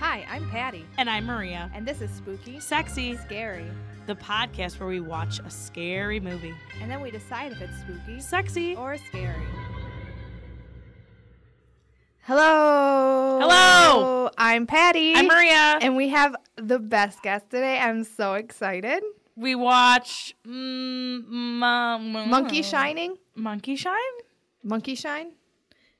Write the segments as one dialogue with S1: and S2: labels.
S1: Hi, I'm Patty,
S2: And I'm Maria.
S1: and this is Spooky,
S2: Sexy,
S1: Scary,
S2: the podcast where we watch a scary movie.
S1: and then we decide if it's spooky
S2: Sexy.
S1: or scary. Hello.
S2: Hello.
S1: I'm Patty.
S2: I'm Maria.
S1: and we have the best guest today. I'm so excited.
S2: We watch mm, mm, mm,
S1: Monkey Shining.
S2: Monkey Shine?
S1: Monkey Shine.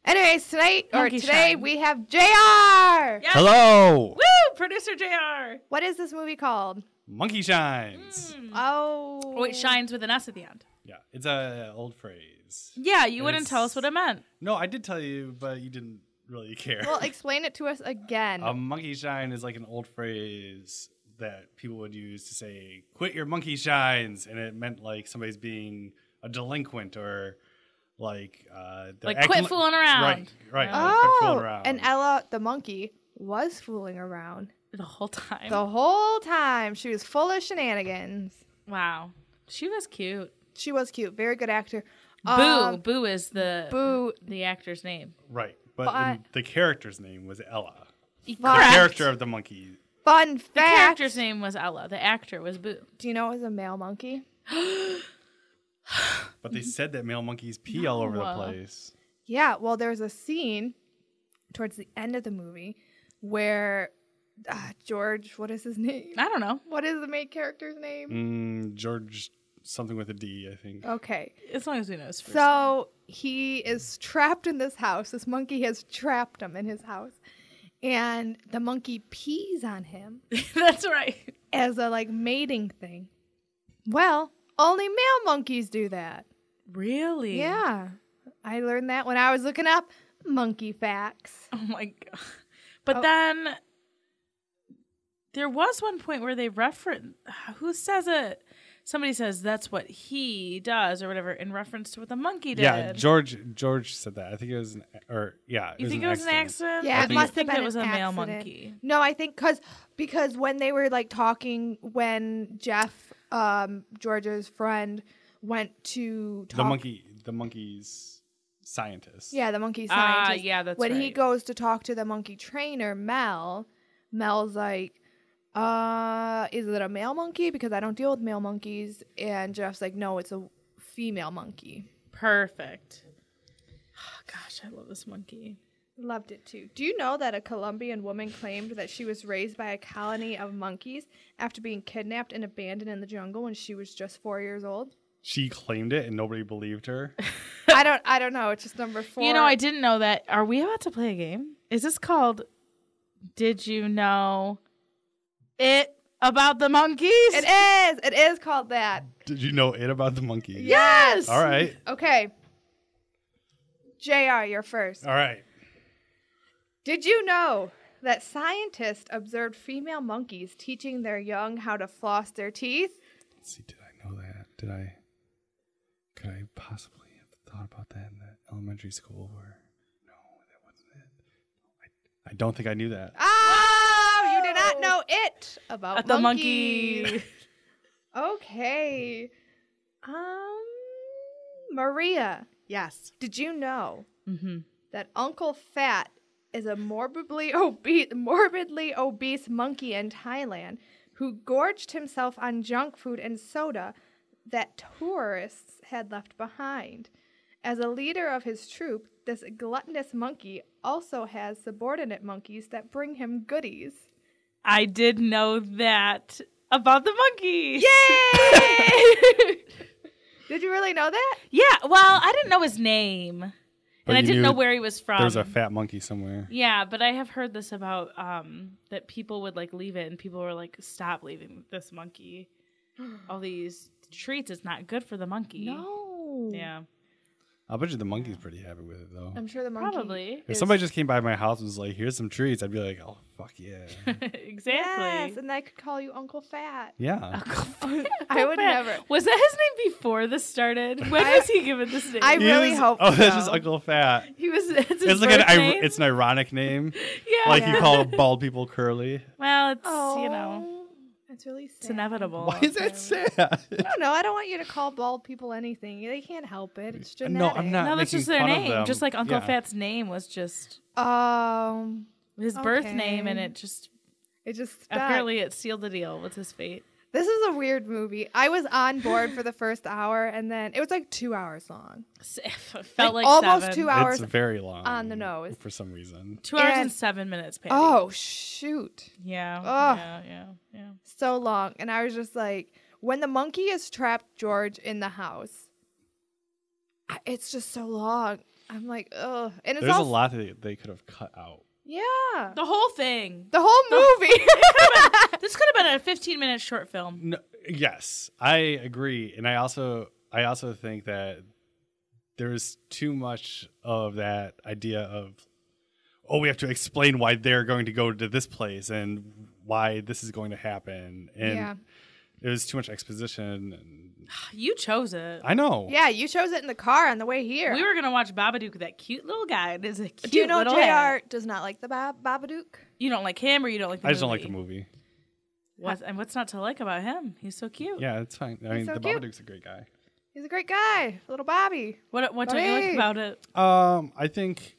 S1: Anyways, tonight
S2: Monkey
S1: or today
S2: Shine.
S1: we have JR.
S2: Yes.
S3: Hello,
S2: Woo! Producer JR.
S1: What is this movie called?
S3: Monkey Shines.
S1: Oh.
S2: Oh, it shines with an S at the end.
S3: Yeah, it's a old phrase.
S2: Yeah, you wouldn't
S3: It's-
S2: tell us what it meant.
S3: No, I did tell you, but you didn't really care.
S1: Well, explain it to us again.
S3: a monkey shine is like an old phrase that people would use to say "quit your monkey shines," and it meant like somebody's being a delinquent or like uh, they're
S2: Like, quit fooling around.
S3: Right, right.
S2: Yeah.
S3: like, quit fooling
S1: oh,
S3: around.
S1: and Ella the monkey was fooling around.
S2: The whole time.
S1: The whole time she was full of shenanigans.
S2: wow. She was cute.
S1: She was cute, very good actor.
S2: Boo.
S1: Um,
S2: Boo is the
S1: Boo.
S2: the actor's name.
S3: right, but,
S1: But-
S3: in- the character's name was Ella. The
S1: Correct.
S3: character of the monkey.
S1: Fun
S2: The
S1: fact.
S2: character's name was Ella. The actor was Boo.
S1: Do you know it was a male monkey?
S3: But they said that male monkeys pee all over the
S2: No.
S3: place.
S1: Yeah. Well, there's a scene towards the end of the movie where uh, George, what is his name?
S2: I don't know.
S1: What is the main character's name?
S3: Mm, George something with a D, I
S2: Oh,
S3: think.
S1: Okay.
S2: As long as we know his first
S1: So he is trapped in this house. This monkey has trapped him in his house. And the monkey pees on him
S2: name. That's right.
S1: as a like mating thing. Well, only male monkeys do that.
S2: Really?
S1: Yeah. I learned that when I was looking up monkey facts.
S2: Oh my god. But
S1: Oh.
S2: then there was one point where they reference who says it? Somebody says that's what he does or whatever in reference to what the monkey did.
S3: Yeah, George George said that. I think it was an or yeah, it
S2: you
S3: was
S2: think
S3: an
S2: it was
S3: accident.
S2: an accident?
S1: Yeah,
S3: I
S1: it
S3: think-
S1: must
S2: I
S1: have
S2: think
S1: been
S2: it was
S1: an
S2: a male
S1: accident.
S2: monkey.
S1: No, I think cuz because when they were like talking when Jeff um George's friend went to talk
S3: The monkey the monkey's scientist.
S1: Yeah, the monkey
S2: Ah,
S1: scientist.
S2: yeah, that's
S1: when he
S2: right.
S1: goes to talk to the monkey trainer, Mel. Mel's like, "Uh, is it a male monkey? Because I don't deal with male monkeys." And Jeff's like, "No, it's a female monkey."
S2: Perfect. Oh, gosh, I love this monkey.
S1: Loved it too. Do you know that a Colombian woman claimed that she was raised by a colony of monkeys after being kidnapped and abandoned in the jungle when she was just four years old?
S3: She claimed it and nobody believed her.
S1: I don't, I don't know. It's just number four.
S2: You know, I didn't know that. Are we about to play a game? Is this called Did you know it about the monkeys?
S1: It is. It is called that.
S3: Did you know it about the monkey?
S2: Yes.
S3: All right.
S1: Okay. Jr. You're first.
S3: All right.
S1: Did you know that scientists observed female monkeys teaching their young how to floss their teeth?
S3: Let's see, did I know that? Did I could I possibly have thought about that in the elementary school or no, that wasn't it. I, I don't think I knew that.
S2: Uh,
S1: Oh, you did not know it about
S2: At the
S1: monkeys.
S2: monkey.
S1: Okay. Um, Maria,
S2: Yes.
S1: did you know
S2: Mm-hmm.
S1: that Uncle Fat is a morbidly obese, morbidly obese monkey in Thailand who gorged himself on junk food and soda that tourists had left behind. As a leader of his troop, this gluttonous monkey also has subordinate monkeys that bring him goodies.
S2: I did know that about the monkeys.
S1: Yay! Did you really know that?
S2: Yeah. Well, I didn't know his name,
S3: But
S2: and I
S3: you
S2: didn't
S3: knew
S2: know where he was from.
S3: there was a fat monkey somewhere.
S2: yeah, but I have heard this about um, that people would like leave it, and people were like, "Stop leaving this monkey all these treats. It's not good for the monkey."
S1: No.
S2: Yeah,
S3: I'll bet you the monkey's pretty happy with it though.
S1: I'm sure the monkey.
S2: probably.
S3: If somebody just came by my house and was like, "Here's some treats," I'd be like, "Oh fuck yeah,
S1: Yes,
S2: exactly.
S1: and I could call you Uncle Fat.
S3: yeah."
S1: I would
S2: Uncle Pat.
S1: never.
S2: Was that his name before this started? When
S1: I-
S2: was he given this name?
S1: I- really
S3: He's-
S1: hope
S3: Oh, that's
S1: so.
S3: just Uncle Fat.
S2: he was. It's, his
S3: It's like an
S2: birth
S3: ir-
S2: name?
S3: it's an ironic name,
S2: yeah.
S3: like
S1: Yeah.
S3: you call bald people curly.
S2: Well, it's you know,
S1: That's really sad.
S2: it's inevitable.
S3: Why is that sad?
S1: I don't know. I don't want you to call bald people anything. They can't help it. It's genetic.
S3: No, I'm not.
S2: Uh, No, that's
S3: making
S2: just their
S3: fun of
S2: name.
S3: them.
S2: Just like Uncle
S3: Yeah.
S2: Fat's name was just
S1: Um,
S2: his birth
S1: Okay.
S2: name, and it just
S1: It just stuck.
S2: Apparently, it sealed the deal with his fate.
S1: This is a weird movie. I was on board for the first hour, and then it was like two hours long.
S2: S- Felt like,
S1: Like, almost
S2: seven.
S1: two hours
S3: it's very long
S1: on the nose.
S3: for some reason.
S2: Two hours and
S1: and-
S2: seven minutes. Patty.
S1: Oh shoot,
S2: yeah,
S1: Ugh.
S2: yeah, yeah, yeah.
S1: so long. And I was just like, when the monkey is trapped George in the house, I- it's just so long. I'm like, ugh. And it's
S3: There's
S1: all
S3: a lot that they could have cut out.
S1: yeah,
S2: The whole thing.
S1: the whole movie.
S2: This could have been a 15 minute short film.
S3: No, yes, I agree, and I also I also think that there's too much of that idea of oh we have to explain why they're going to go to this place and why this is going to happen and
S1: yeah,
S3: it was too much exposition. And
S2: You chose it.
S3: I know.
S1: yeah. You chose it in the car on the way here.
S2: We were gonna watch Babadook, that cute little guy. It is a cute
S1: Do you know
S2: little
S1: Jr.
S2: head.
S1: does not like the Bab- Babadook?
S2: You don't like him, or you don't like the
S3: I just don't like the movie.
S2: What's, and what's not to like about him? He's so cute.
S3: Yeah, it's fine. I mean,
S1: so
S3: the
S1: cute.
S3: Babadook's a great guy.
S1: He's a great guy, little Bobby.
S2: What what don't you like
S1: Hey.
S2: about it?
S3: Um, I think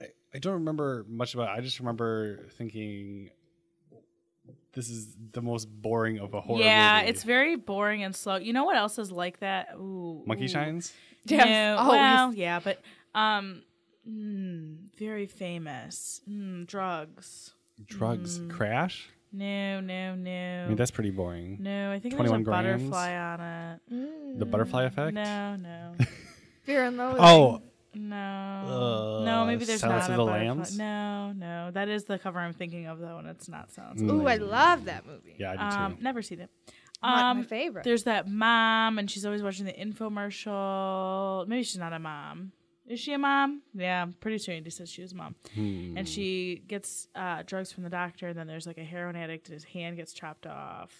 S3: I, I don't remember much about. it. I just remember thinking this is the most boring of a horror.
S2: yeah,
S3: movie.
S2: it's very boring and slow. You know what else is like that? Ooh,
S3: Monkey
S2: ooh.
S3: Shines.
S1: Yes,
S2: No,
S1: always.
S2: well, yeah, but um, mm, very famous mm, drugs.
S3: Drugs
S2: Mm.
S3: crash.
S2: No, no, no.
S3: I mean, that's pretty boring.
S2: no, I think there's a
S3: 21 grams.
S2: butterfly on it.
S3: The butterfly effect.
S2: No, no,
S1: Mm. Fear and loathing.
S3: Oh,
S2: no,
S3: Uh,
S2: no. Maybe there's
S3: Silence
S2: not
S3: of
S2: a
S3: the
S2: butterfly.
S3: Lambs?
S2: No, no, that is the cover I'm thinking of though, and it's not Silence. of the
S1: Ooh, I love that movie.
S3: yeah, I do
S2: Um,
S3: too.
S2: never seen it.
S1: My-
S2: Um,
S1: my favorite.
S2: There's that mom, and she's always watching the infomercial. Maybe she's not a mom. Is she a mom? Yeah, I'm pretty sure Andy says she was a mom.
S3: Hmm.
S2: And she gets uh, drugs from the doctor, and then there's like a heroin addict, and his hand gets chopped off.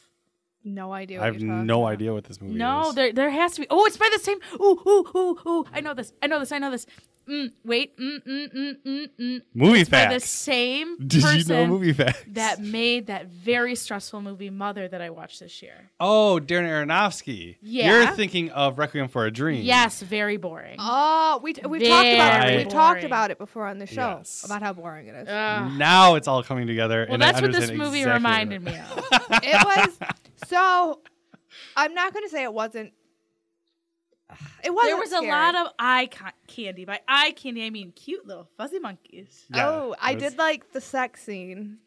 S1: No idea. What
S3: I have
S1: you're talking
S3: no
S1: about.
S3: idea what this movie
S2: No,
S3: is.
S2: there there has to be. Oh, it's by the same. Ooh, ooh, ooh, ooh. I know this. I know this. I know this. Mm, wait. Mm, mm, mm, mm, mm.
S3: movie
S2: By the
S3: facts.
S2: same
S3: Did
S2: person
S3: you know movie facts?
S2: that made that very stressful movie Mother that I watched this year.
S3: oh, Darren Aronofsky.
S2: Yeah.
S3: You're thinking of Requiem for a Dream.
S2: Yes, very boring.
S1: Oh, we we talked about
S3: Very
S1: it. We talked
S2: boring.
S1: about it before on the show
S3: Yes.
S1: about how boring it is.
S2: Ugh.
S3: Now it's all coming together.
S2: uh, Well,
S3: and
S2: that's
S3: I
S2: what this
S3: understand
S2: movie
S3: exactly
S2: reminded
S3: what-
S2: me of.
S1: it was so. I'm not gonna say it wasn't. It wasn't.
S2: there was a
S1: scary.
S2: lot of eye con- candy. By eye candy, I mean cute little fuzzy monkeys.
S3: Yeah,
S1: oh, I
S3: it was-
S1: did like the sex scene.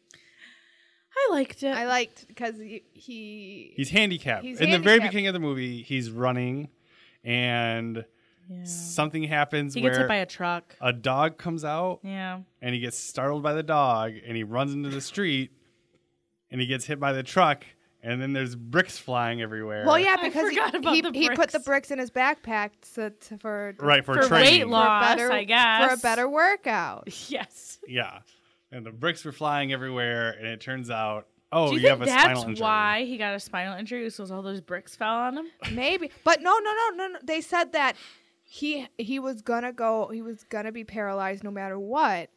S2: I liked it.
S1: I liked because he, he
S3: He's handicapped.
S1: He's
S3: In the very
S1: handicapped.
S3: beginning of the movie, he's running, and
S2: yeah.
S3: something happens
S2: He
S3: where
S2: gets hit by a truck.
S3: a dog comes out,
S2: Yeah.
S3: and he gets startled by the dog, and he runs into the street, and he gets hit by the truck, and then there's bricks flying everywhere.
S1: Well, yeah,
S2: I
S1: because
S2: forgot
S1: he,
S2: about
S1: he,
S2: the
S1: he put the
S2: bricks.
S1: bricks in his backpack to, to, for
S3: Right for,
S2: For weight
S3: training.
S1: for
S2: loss.
S1: a better
S2: I guess.
S1: for a better workout.
S2: Yes.
S3: Yeah, and the bricks were flying everywhere, and it turns out, oh,
S2: Do
S3: you,
S2: you,
S3: have
S2: think
S3: a
S2: that's
S3: spinal injury.
S2: why he got a spinal injury? Because all those bricks fell on him.
S1: Maybe, but no, no, no, no, no. They said that he he was gonna go. He was gonna be paralyzed no matter what,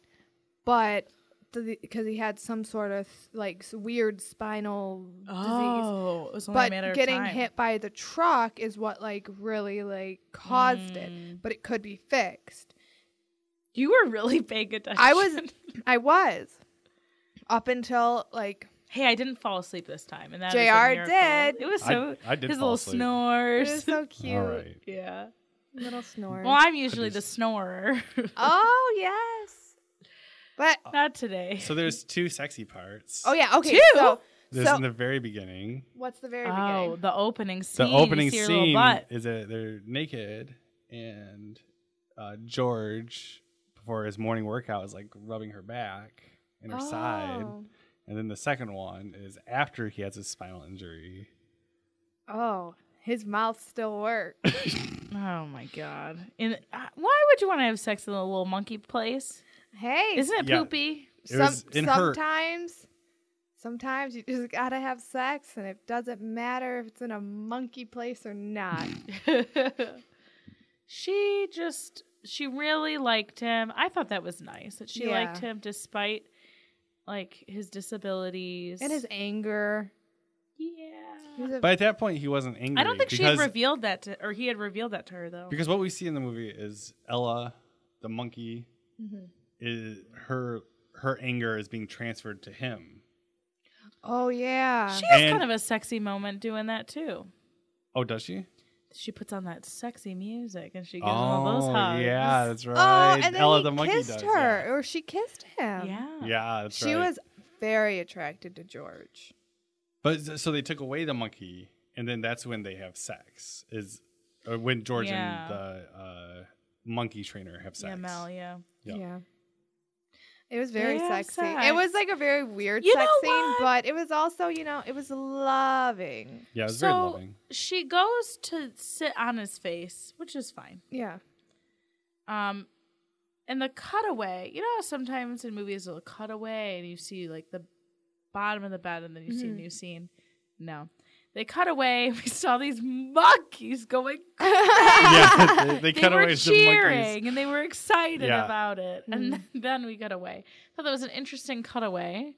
S1: but because he had some sort of like s- weird spinal disease.
S2: Oh, it was only a matter
S1: But
S2: of
S1: getting
S2: time.
S1: hit by the truck is what like really like caused
S2: Hmm.
S1: it. But it could be fixed.
S2: You were really paying attention.
S1: I was, I was, up until like
S2: Hey, I didn't fall asleep this time, and that is a
S1: JR
S2: miracle.
S1: did.
S2: It was so.
S3: I did
S2: his
S3: fall
S2: little
S3: asleep.
S1: it
S2: snores.
S1: was so cute,
S3: All right.
S2: yeah.
S1: little snore.
S2: Well, I'm usually the snorer.
S3: Uh,
S1: oh yes, but
S2: Not today.
S3: So there's two sexy parts.
S1: Oh yeah. Okay.
S2: Two?
S1: So,
S3: There's
S1: so
S3: in the very beginning.
S1: what's the very
S2: Oh,
S1: beginning?
S2: the opening scene.
S3: the opening
S2: you see her little
S3: scene
S2: butt.
S3: is that they're naked and uh, George before his morning workout is like rubbing her back and her side
S1: Oh.
S3: and then the second one is after he has his spinal injury
S1: Oh, his mouth still works.
S2: Oh my god! And uh, why would you want to have sex in a little monkey place?
S1: Hey,
S2: Isn't it
S3: Yeah.
S2: poopy?
S3: it was in her-
S1: sometimes, sometimes you just gotta have sex, and it doesn't matter if it's in a monkey place or not.
S2: she just she really liked him. I thought that was nice that she liked
S1: Yeah.
S2: him despite like his disabilities
S1: and his anger.
S2: yeah.
S1: He's a-
S3: but at that point he wasn't angry
S2: I don't think she
S3: because,
S2: had revealed that to, or he had revealed that to her though.
S3: because what we see in the movie is Ella the monkey
S2: Mm-hmm.
S3: is her her anger is being transferred to him
S1: Oh yeah.
S2: She has
S3: And-
S2: kind of a sexy moment doing that too.
S3: Oh, does she?
S2: She puts on that sexy music and she gives him all those hugs.
S3: Oh, yeah, that's
S1: oh,
S3: right.
S1: and then
S3: Ella
S1: he
S3: the monkey
S1: kissed
S3: does,
S1: her, or she kissed him.
S2: Yeah.
S3: Yeah, yeah that's
S1: She
S3: right.
S1: was very attracted to George.
S3: But so they took away the monkey, and then that's when they have sex. Is or when George
S2: Yeah.
S3: and the uh, monkey trainer have sex.
S2: Yeah, Mel, yeah.
S3: Yeah.
S1: It was very
S2: They have
S1: sexy. It was
S2: sex.
S1: like a very weird
S2: You
S1: sex
S2: know
S1: scene,
S2: what?
S1: but it was also, you know, it was loving.
S3: Yeah, it was
S2: so
S3: very loving.
S2: she goes to sit on his face, which is fine.
S1: Yeah.
S2: Um, and the cutaway, you know, how sometimes in movies it'll cut away and you see like the bottom of the bed and then you see a new scene. No, they cut away. We saw these monkeys going.
S3: yeah, they, they
S2: They
S3: cut
S2: were
S3: away some monkeys.
S2: cheering and they were excited
S3: Yeah.
S2: about it. And then, then we got away. Thought that was an interesting cutaway.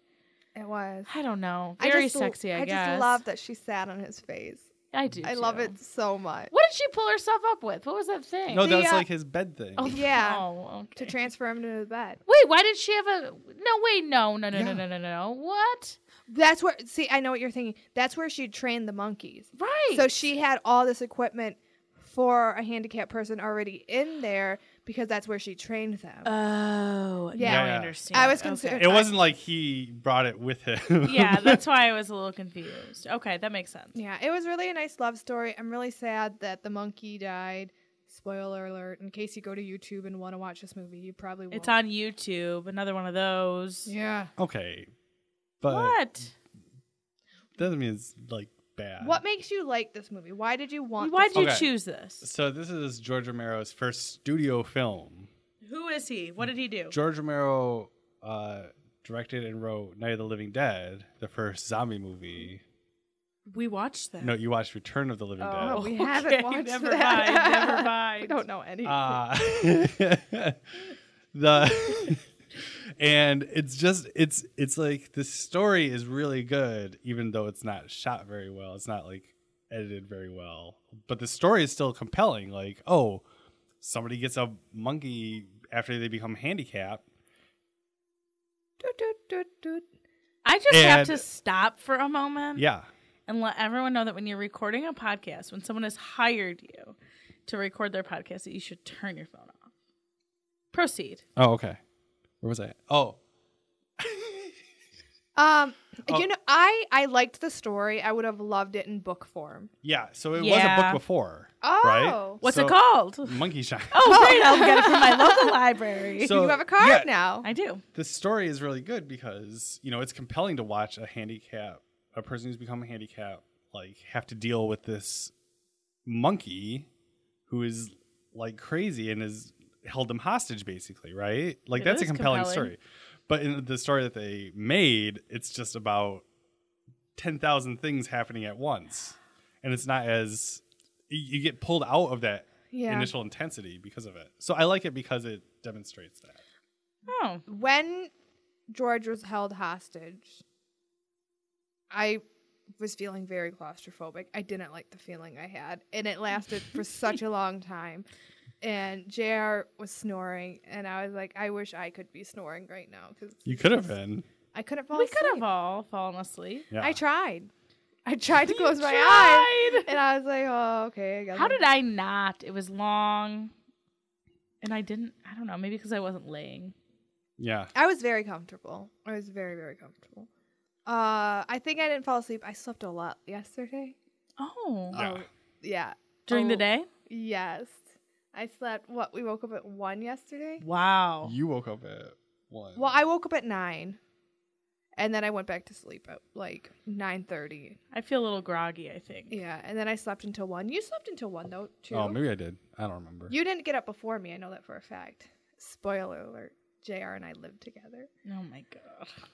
S1: It was.
S2: I don't know. Very
S1: just l-
S2: sexy. I,
S1: I
S2: guess.
S1: just love that she sat on his face.
S2: I do.
S1: I love
S2: too.
S1: it so much.
S2: What did she pull herself up with? What was that thing?
S3: No,
S1: The,
S3: that's
S1: uh,
S3: like his bed thing.
S2: Oh,
S1: Yeah.
S2: oh,
S1: To
S2: okay.
S1: transfer him to the bed.
S2: Wait, why did she have a? No, wait, no, no, no,
S3: Yeah.
S2: no, no, no, no. What?
S1: That's where see, I know what you're thinking. That's where she trained the monkeys.
S2: Right.
S1: So she had all this equipment for a handicapped person already in there because that's where she trained them.
S2: Oh,
S1: Yeah.
S2: Now I
S3: Yeah.
S2: understand.
S1: I was
S2: Okay.
S1: concerned-
S3: It wasn't like he brought it with him.
S2: yeah, that's why I was a little confused. Okay, that makes sense.
S1: Yeah, it was really a nice love story. I'm really sad that the monkey died. Spoiler alert! In case you go to YouTube and want to watch this movie, you probably won't.
S2: It's on YouTube. Another one of those.
S1: yeah.
S3: okay, but
S2: What?
S3: doesn't mean it's like bad.
S1: What makes you like this movie? Why did you want?
S2: Why
S1: this
S2: did you
S3: Okay.
S2: choose this?
S3: So this is George Romero's first studio film.
S2: Who is he? What did he do?
S3: George Romero uh, directed and wrote Night of the Living Dead, the first zombie movie.
S2: We watched that.
S3: No, you watched Return of the Living
S1: Oh,
S3: Dead.
S1: we haven't watched
S2: never
S1: that.
S2: Mind, never mind.
S1: we don't know any.
S3: Uh, the and it's just it's it's like the story is really good, even though it's not shot very well. It's not like edited very well, but the story is still compelling. Like, oh, somebody gets a monkey after they become handicapped.
S1: Doot, doot, doot, doot.
S2: I just have
S3: And-
S2: to stop for a moment.
S3: Yeah,
S2: and let everyone know that when you're recording a podcast, when someone has hired you to record their podcast, that you should turn your phone off. Proceed.
S3: Oh, okay. Where was I? Oh,
S1: Um, you know, I I liked the story. I would have loved it in book form.
S3: yeah. So it was
S2: Yeah.
S3: a book before.
S1: Oh.
S3: right?
S2: What's
S3: So-
S2: it called? Oh,
S3: Monkey Shine.
S2: great. I'll get it from my local library.
S3: So,
S1: you have a card
S3: yeah,
S1: now.
S2: I do.
S3: The story is really good because you know it's compelling to watch a handicap, a person who's become a handicap, like have to deal with this monkey who is like crazy and has held them hostage, basically. Right? Like
S2: It
S3: that's a
S2: is
S3: compelling,
S2: compelling.
S3: story. But in the story that they made, it's just about ten thousand things happening at once, and it's not as you you get pulled out of that
S1: Yeah.
S3: initial intensity because of it. So I like it because it demonstrates that.
S2: Oh,
S1: when George was held hostage, I was feeling very claustrophobic. I didn't like the feeling I had, and it lasted for such a long time. And JR was snoring, and I was like, I wish I could be snoring right now because
S3: You could have been.
S1: I couldn't fall
S2: we
S1: asleep.
S2: could have all fallen asleep.
S3: Yeah.
S1: I tried. I tried to
S2: You
S1: close my eyes,
S2: tried.
S1: and I was like, oh, okay. I got
S2: How did I not? It was long, and I didn't. I don't know. Maybe because I wasn't laying.
S3: yeah.
S1: I was very comfortable. I was very, very comfortable. Uh, I think I didn't fall asleep. I slept a lot yesterday.
S2: Oh,
S3: Yeah.
S1: Yeah.
S2: during the
S1: Oh.
S2: day.
S1: Yes. I slept what we woke up at one yesterday.
S2: Wow.
S3: You woke up at one.
S1: Well, I woke up at nine. And then I went back to sleep at like nine thirty.
S2: I feel a little groggy. I think.
S1: Yeah. And then I slept until one. You slept until one though, too.
S3: Oh, maybe I did. I don't remember.
S1: you didn't get up before me, I know that for a fact. Spoiler alert. JR and I lived together.
S2: Oh my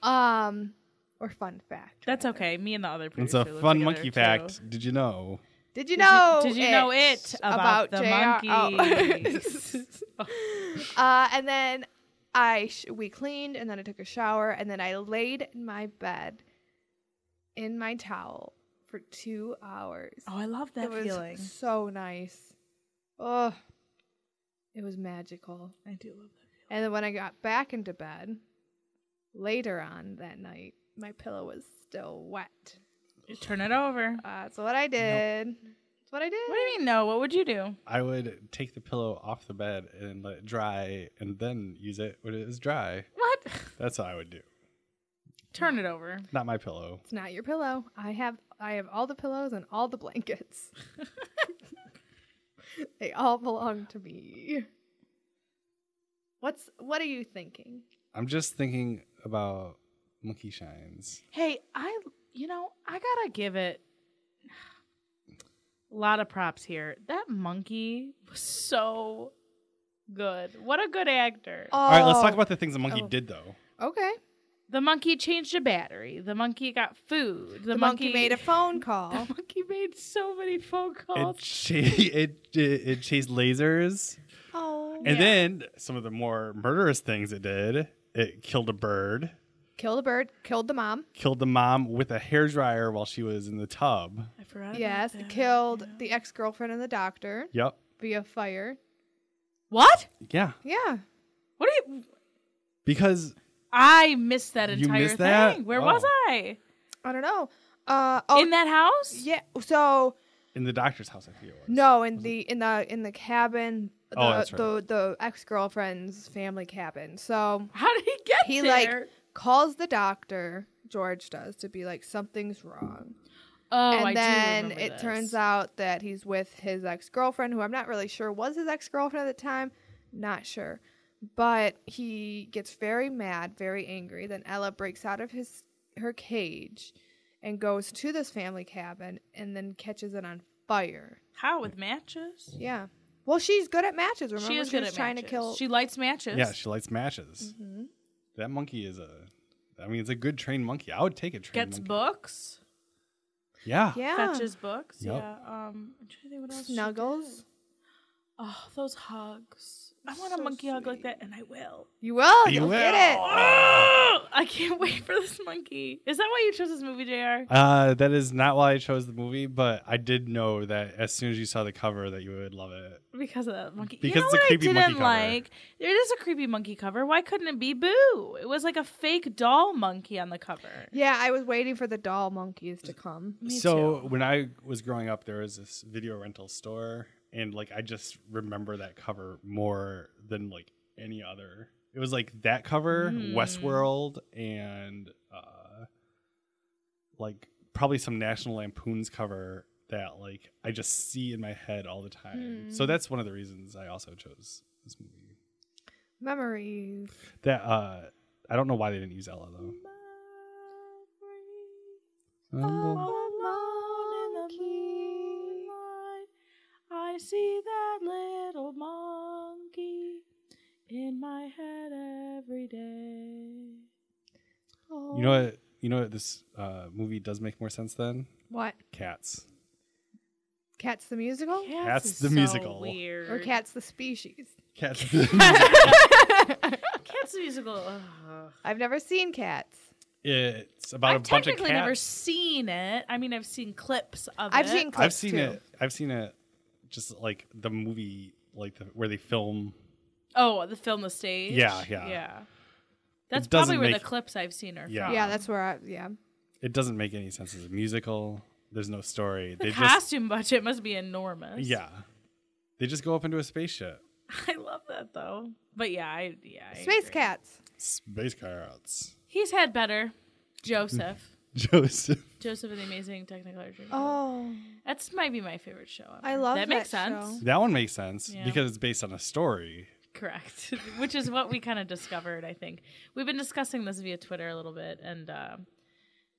S2: god.
S1: Um or fun fact.
S2: That's okay. Me and the other.
S3: it's
S2: producer
S3: a
S2: live
S3: fun
S2: together, too.
S3: monkey fact. Did you know?
S1: Did you
S2: Did you-
S1: know
S2: Did you, know it about, the monkeys?
S1: Oh. Uh, and then I sh- we cleaned, and then I took a shower, and then I laid in my bed in my towel for two hours.
S2: oh, I love
S1: it
S2: that
S1: was
S2: feeling.
S1: so nice. Oh, it was magical.
S2: I do love that.
S1: And then when I got back into bed later on that night, my pillow was still wet.
S2: You turn it over.
S1: Uh, that's what I did. That's what I did.
S2: What do you mean, no? What would you do?
S3: I would take the pillow off the bed and let it dry and then use it when it was dry.
S2: What?
S3: That's what I would do.
S2: turn it over.
S3: Not my pillow.
S1: It's not your pillow. I have I have all the pillows and all the blankets. they all belong to me. What's what are you thinking?
S3: I'm just thinking about monkey shines.
S2: Hey, I, you know, I gotta give it a lot of props here. That monkey was so good. What a good actor.
S3: All right,
S1: Oh.
S3: let's talk about the things the monkey did though.
S1: Okay.
S2: The monkey changed a battery. The monkey got food. The,
S1: The monkey, made a phone call.
S2: The monkey made so many phone calls.
S3: It, cha- it, it it chased lasers,
S1: oh.
S3: and then some of the more murderous things it did. It killed a bird,
S1: Killed the bird, killed the mom.
S3: killed the mom with a hairdryer while she was in the tub.
S2: I forgot. about
S1: yes,
S2: that.
S1: killed the ex-girlfriend and the doctor
S3: Yep.
S1: via fire.
S2: What?
S3: Yeah.
S1: Yeah.
S2: What are you?
S3: Because
S2: I missed that
S3: You
S2: entire
S3: missed
S2: thing.
S3: that?
S2: Where
S3: Oh.
S2: was I?
S1: I don't know. Uh oh.
S2: In that house?
S1: yeah. So
S3: in the doctor's house, I think it was.
S1: No, in the in the in the cabin, the
S3: Oh, that's right.
S1: the, the ex girlfriend's family cabin. So
S2: How did he get
S1: he
S2: there?
S1: like calls the doctor. George does to be like something's wrong,
S2: oh,
S1: and
S2: I
S1: then
S2: do remember
S1: it
S2: this.
S1: turns out that he's with his ex girlfriend, who I'm not really sure was his ex girlfriend at the time, not sure, but he gets very mad, very angry. Then Ella breaks out of his her cage, and goes to this family cabin, and then catches it on fire.
S2: how with matches.
S1: Yeah. Well, she's good at matches. Remember,
S2: She is
S1: she
S2: good
S1: was
S2: at
S1: trying to
S2: matches.
S1: kill. Mm-hmm.
S2: She lights matches.
S3: Yeah, she likes matches. That monkey is a. I mean, it's a good trained monkey. I would take a trained
S2: gets
S3: monkey.
S2: books,
S3: Yeah.
S1: yeah.
S2: Ah, fetches books.
S3: Yep.
S2: Yeah. Um, I'm trying to think what else. she
S1: Snuggles.
S2: did. Oh, those hugs. I want a
S1: So
S2: monkey hug like
S1: sweet.
S2: that, and I will.
S1: You will.
S3: You
S1: You'll
S3: will. Ah!
S1: get it.
S2: Oh, I can't wait for this monkey. Is that why you chose this movie, Jr?
S3: Uh, that is not why I chose the movie, but I did know that as soon as you saw the cover, that you would love it.
S2: Because of that monkey. you
S3: Because
S2: know
S3: it's a
S2: what
S3: creepy
S2: I
S3: monkey
S2: didn't
S3: cover.
S2: like? It is a creepy monkey cover. Why couldn't it be Boo? It was like a fake doll monkey on the cover.
S1: Yeah, I was waiting for the doll monkeys to come.
S2: Me
S3: so
S2: too.
S3: when I was growing up, there was this video rental store, and like I just remember that cover more than like any other. It was like that cover,
S2: Hmm.
S3: Westworld, and uh, like probably some National Lampoon's cover that like I just see in my head all the time. So
S2: Hmm.
S3: that's one of the reasons I also chose this movie.
S1: Memories.
S3: That uh, I don't know why they didn't use Ella though.
S2: Oh. Alone in the moonlight, I see that little monkey in my head every day.
S1: Oh,
S3: You know what? You know what? This uh, movie does make more sense then.
S1: What?
S3: Cats.
S1: Cats the musical
S3: Cats
S2: is
S3: the
S2: so
S3: musical.
S2: Weird.
S1: or Cats the species?
S3: Cats.
S2: Cats the musical. ugh.
S1: I've never seen cats.
S3: it's about
S2: I've
S3: a bunch of
S2: technically
S3: cats.
S2: never seen it. I mean, I've seen clips of
S1: I've
S2: it.
S1: seen clips
S3: I've seen
S1: too.
S3: it. I've seen it. Just like the movie, like the, where they film.
S2: Oh, the film, the stage.
S3: Yeah, yeah.
S2: yeah. That's
S3: doesn't
S2: probably where
S3: make-
S2: the clips I've seen are
S3: Yeah.
S2: from.
S1: Yeah, that's where I. Yeah.
S3: It doesn't make any sense as a musical. There's no story.
S2: The
S3: they just
S2: costume budget must be enormous.
S3: yeah. They just go up into a spaceship.
S2: I love that though. But yeah, I yeah. I
S1: Space
S2: agree.
S1: cats.
S3: Space carrots.
S2: He's had better. Joseph.
S3: Joseph.
S2: Joseph and the Amazing Technicolor Dreamcoat.
S1: Oh.
S2: That's might be my favorite show. Ever.
S1: I love
S2: that. makes
S1: that
S2: sense.
S1: show.
S3: That one makes sense
S2: Yeah.
S3: because it's based on a story.
S2: Correct. Which is what we kind of discovered. I think we've been discussing this via Twitter a little bit, and uh,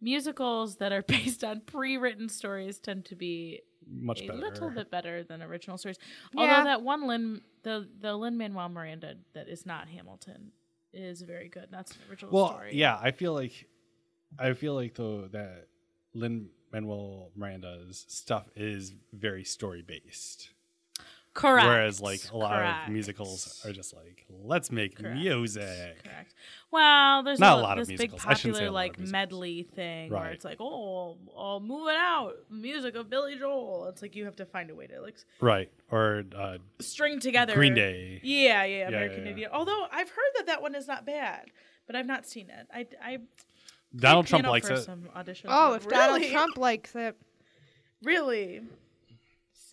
S2: musicals that are based on pre-written stories tend to be
S3: Much
S2: a
S3: better.
S2: little bit better than original stories.
S1: Yeah.
S2: Although that one Lin, the the Lin Manuel Miranda that is not Hamilton is very good. That's an original
S3: well
S2: story.
S3: yeah i feel like i feel like though that lynn manuel miranda's stuff is very story based
S2: Correct.
S3: whereas like a lot
S2: Correct.
S3: of musicals are just like let's make
S2: Correct.
S3: music
S2: Correct. Well, there's
S3: Not
S2: a,
S3: a lot of
S2: this big
S3: musicals. I shouldn't say
S2: popular
S3: a lot
S2: like
S3: of musicals.
S2: medley thing where
S3: Right.
S2: it's like, oh, all moving out music of Billy Joel. It's like you have to find a way to like s-
S3: right or uh,
S2: string together
S3: green day
S2: Yeah, yeah, American
S3: yeah, yeah.
S2: Idiot. Although I've heard that that one is not bad, but I've not seen it. I, I
S3: Donald Trump
S2: piano
S3: likes
S2: for
S3: it.
S2: Some auditions.
S1: Oh, if Donald
S4: Really?
S1: Trump likes it.
S4: Really?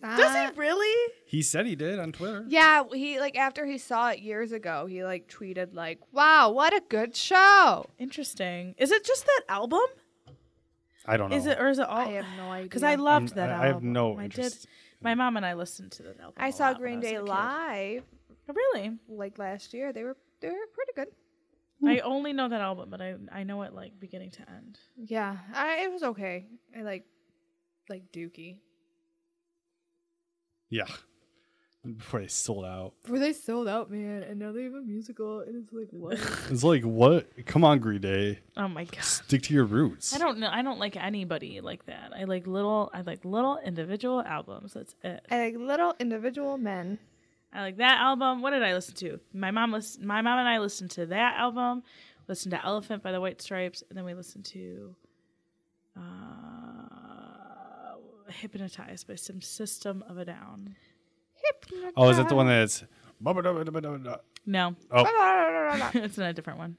S4: Does
S1: Uh,
S4: he really?
S3: He said he did on Twitter.
S1: Yeah, he like after he saw it years ago, he like tweeted like, "Wow, what a good show."
S2: Interesting. Is it just that album?
S3: I don't know.
S2: Is it or is it all?
S1: I have no idea.
S2: Because I loved
S3: I'm-
S2: that
S3: I-
S2: album.
S3: I have no
S2: I
S3: interest.
S2: did. My mom and I listened to that album.
S1: I
S2: a
S1: saw
S2: lot when
S1: Green
S2: was
S1: Day
S2: a kid.
S1: live Hmm.
S2: Oh, Really?
S1: like last year. They were they were pretty good.
S2: I only know that album, but I I know it like beginning to end.
S1: Yeah, I, it was okay. I like like Dookie.
S3: Yeah. Before they sold out.
S1: Were they sold out, man? And now they have a musical, and it's like what?
S3: It's like, what? Come on, Green Day.
S2: Oh my god.
S3: Stick to your roots.
S2: I don't know. I don't like anybody like that. I like little. I like little individual albums. That's it.
S1: I like little individual men.
S2: I like that album. What did I listen to? My mom listen, My mom and I listened to that album. Listened to Elephant by the White Stripes, and then we listened to uh, Hypnotized by some System of a Down.
S3: Oh, is that the one that's. Oh,
S2: No,
S1: that?
S2: it's in a different one.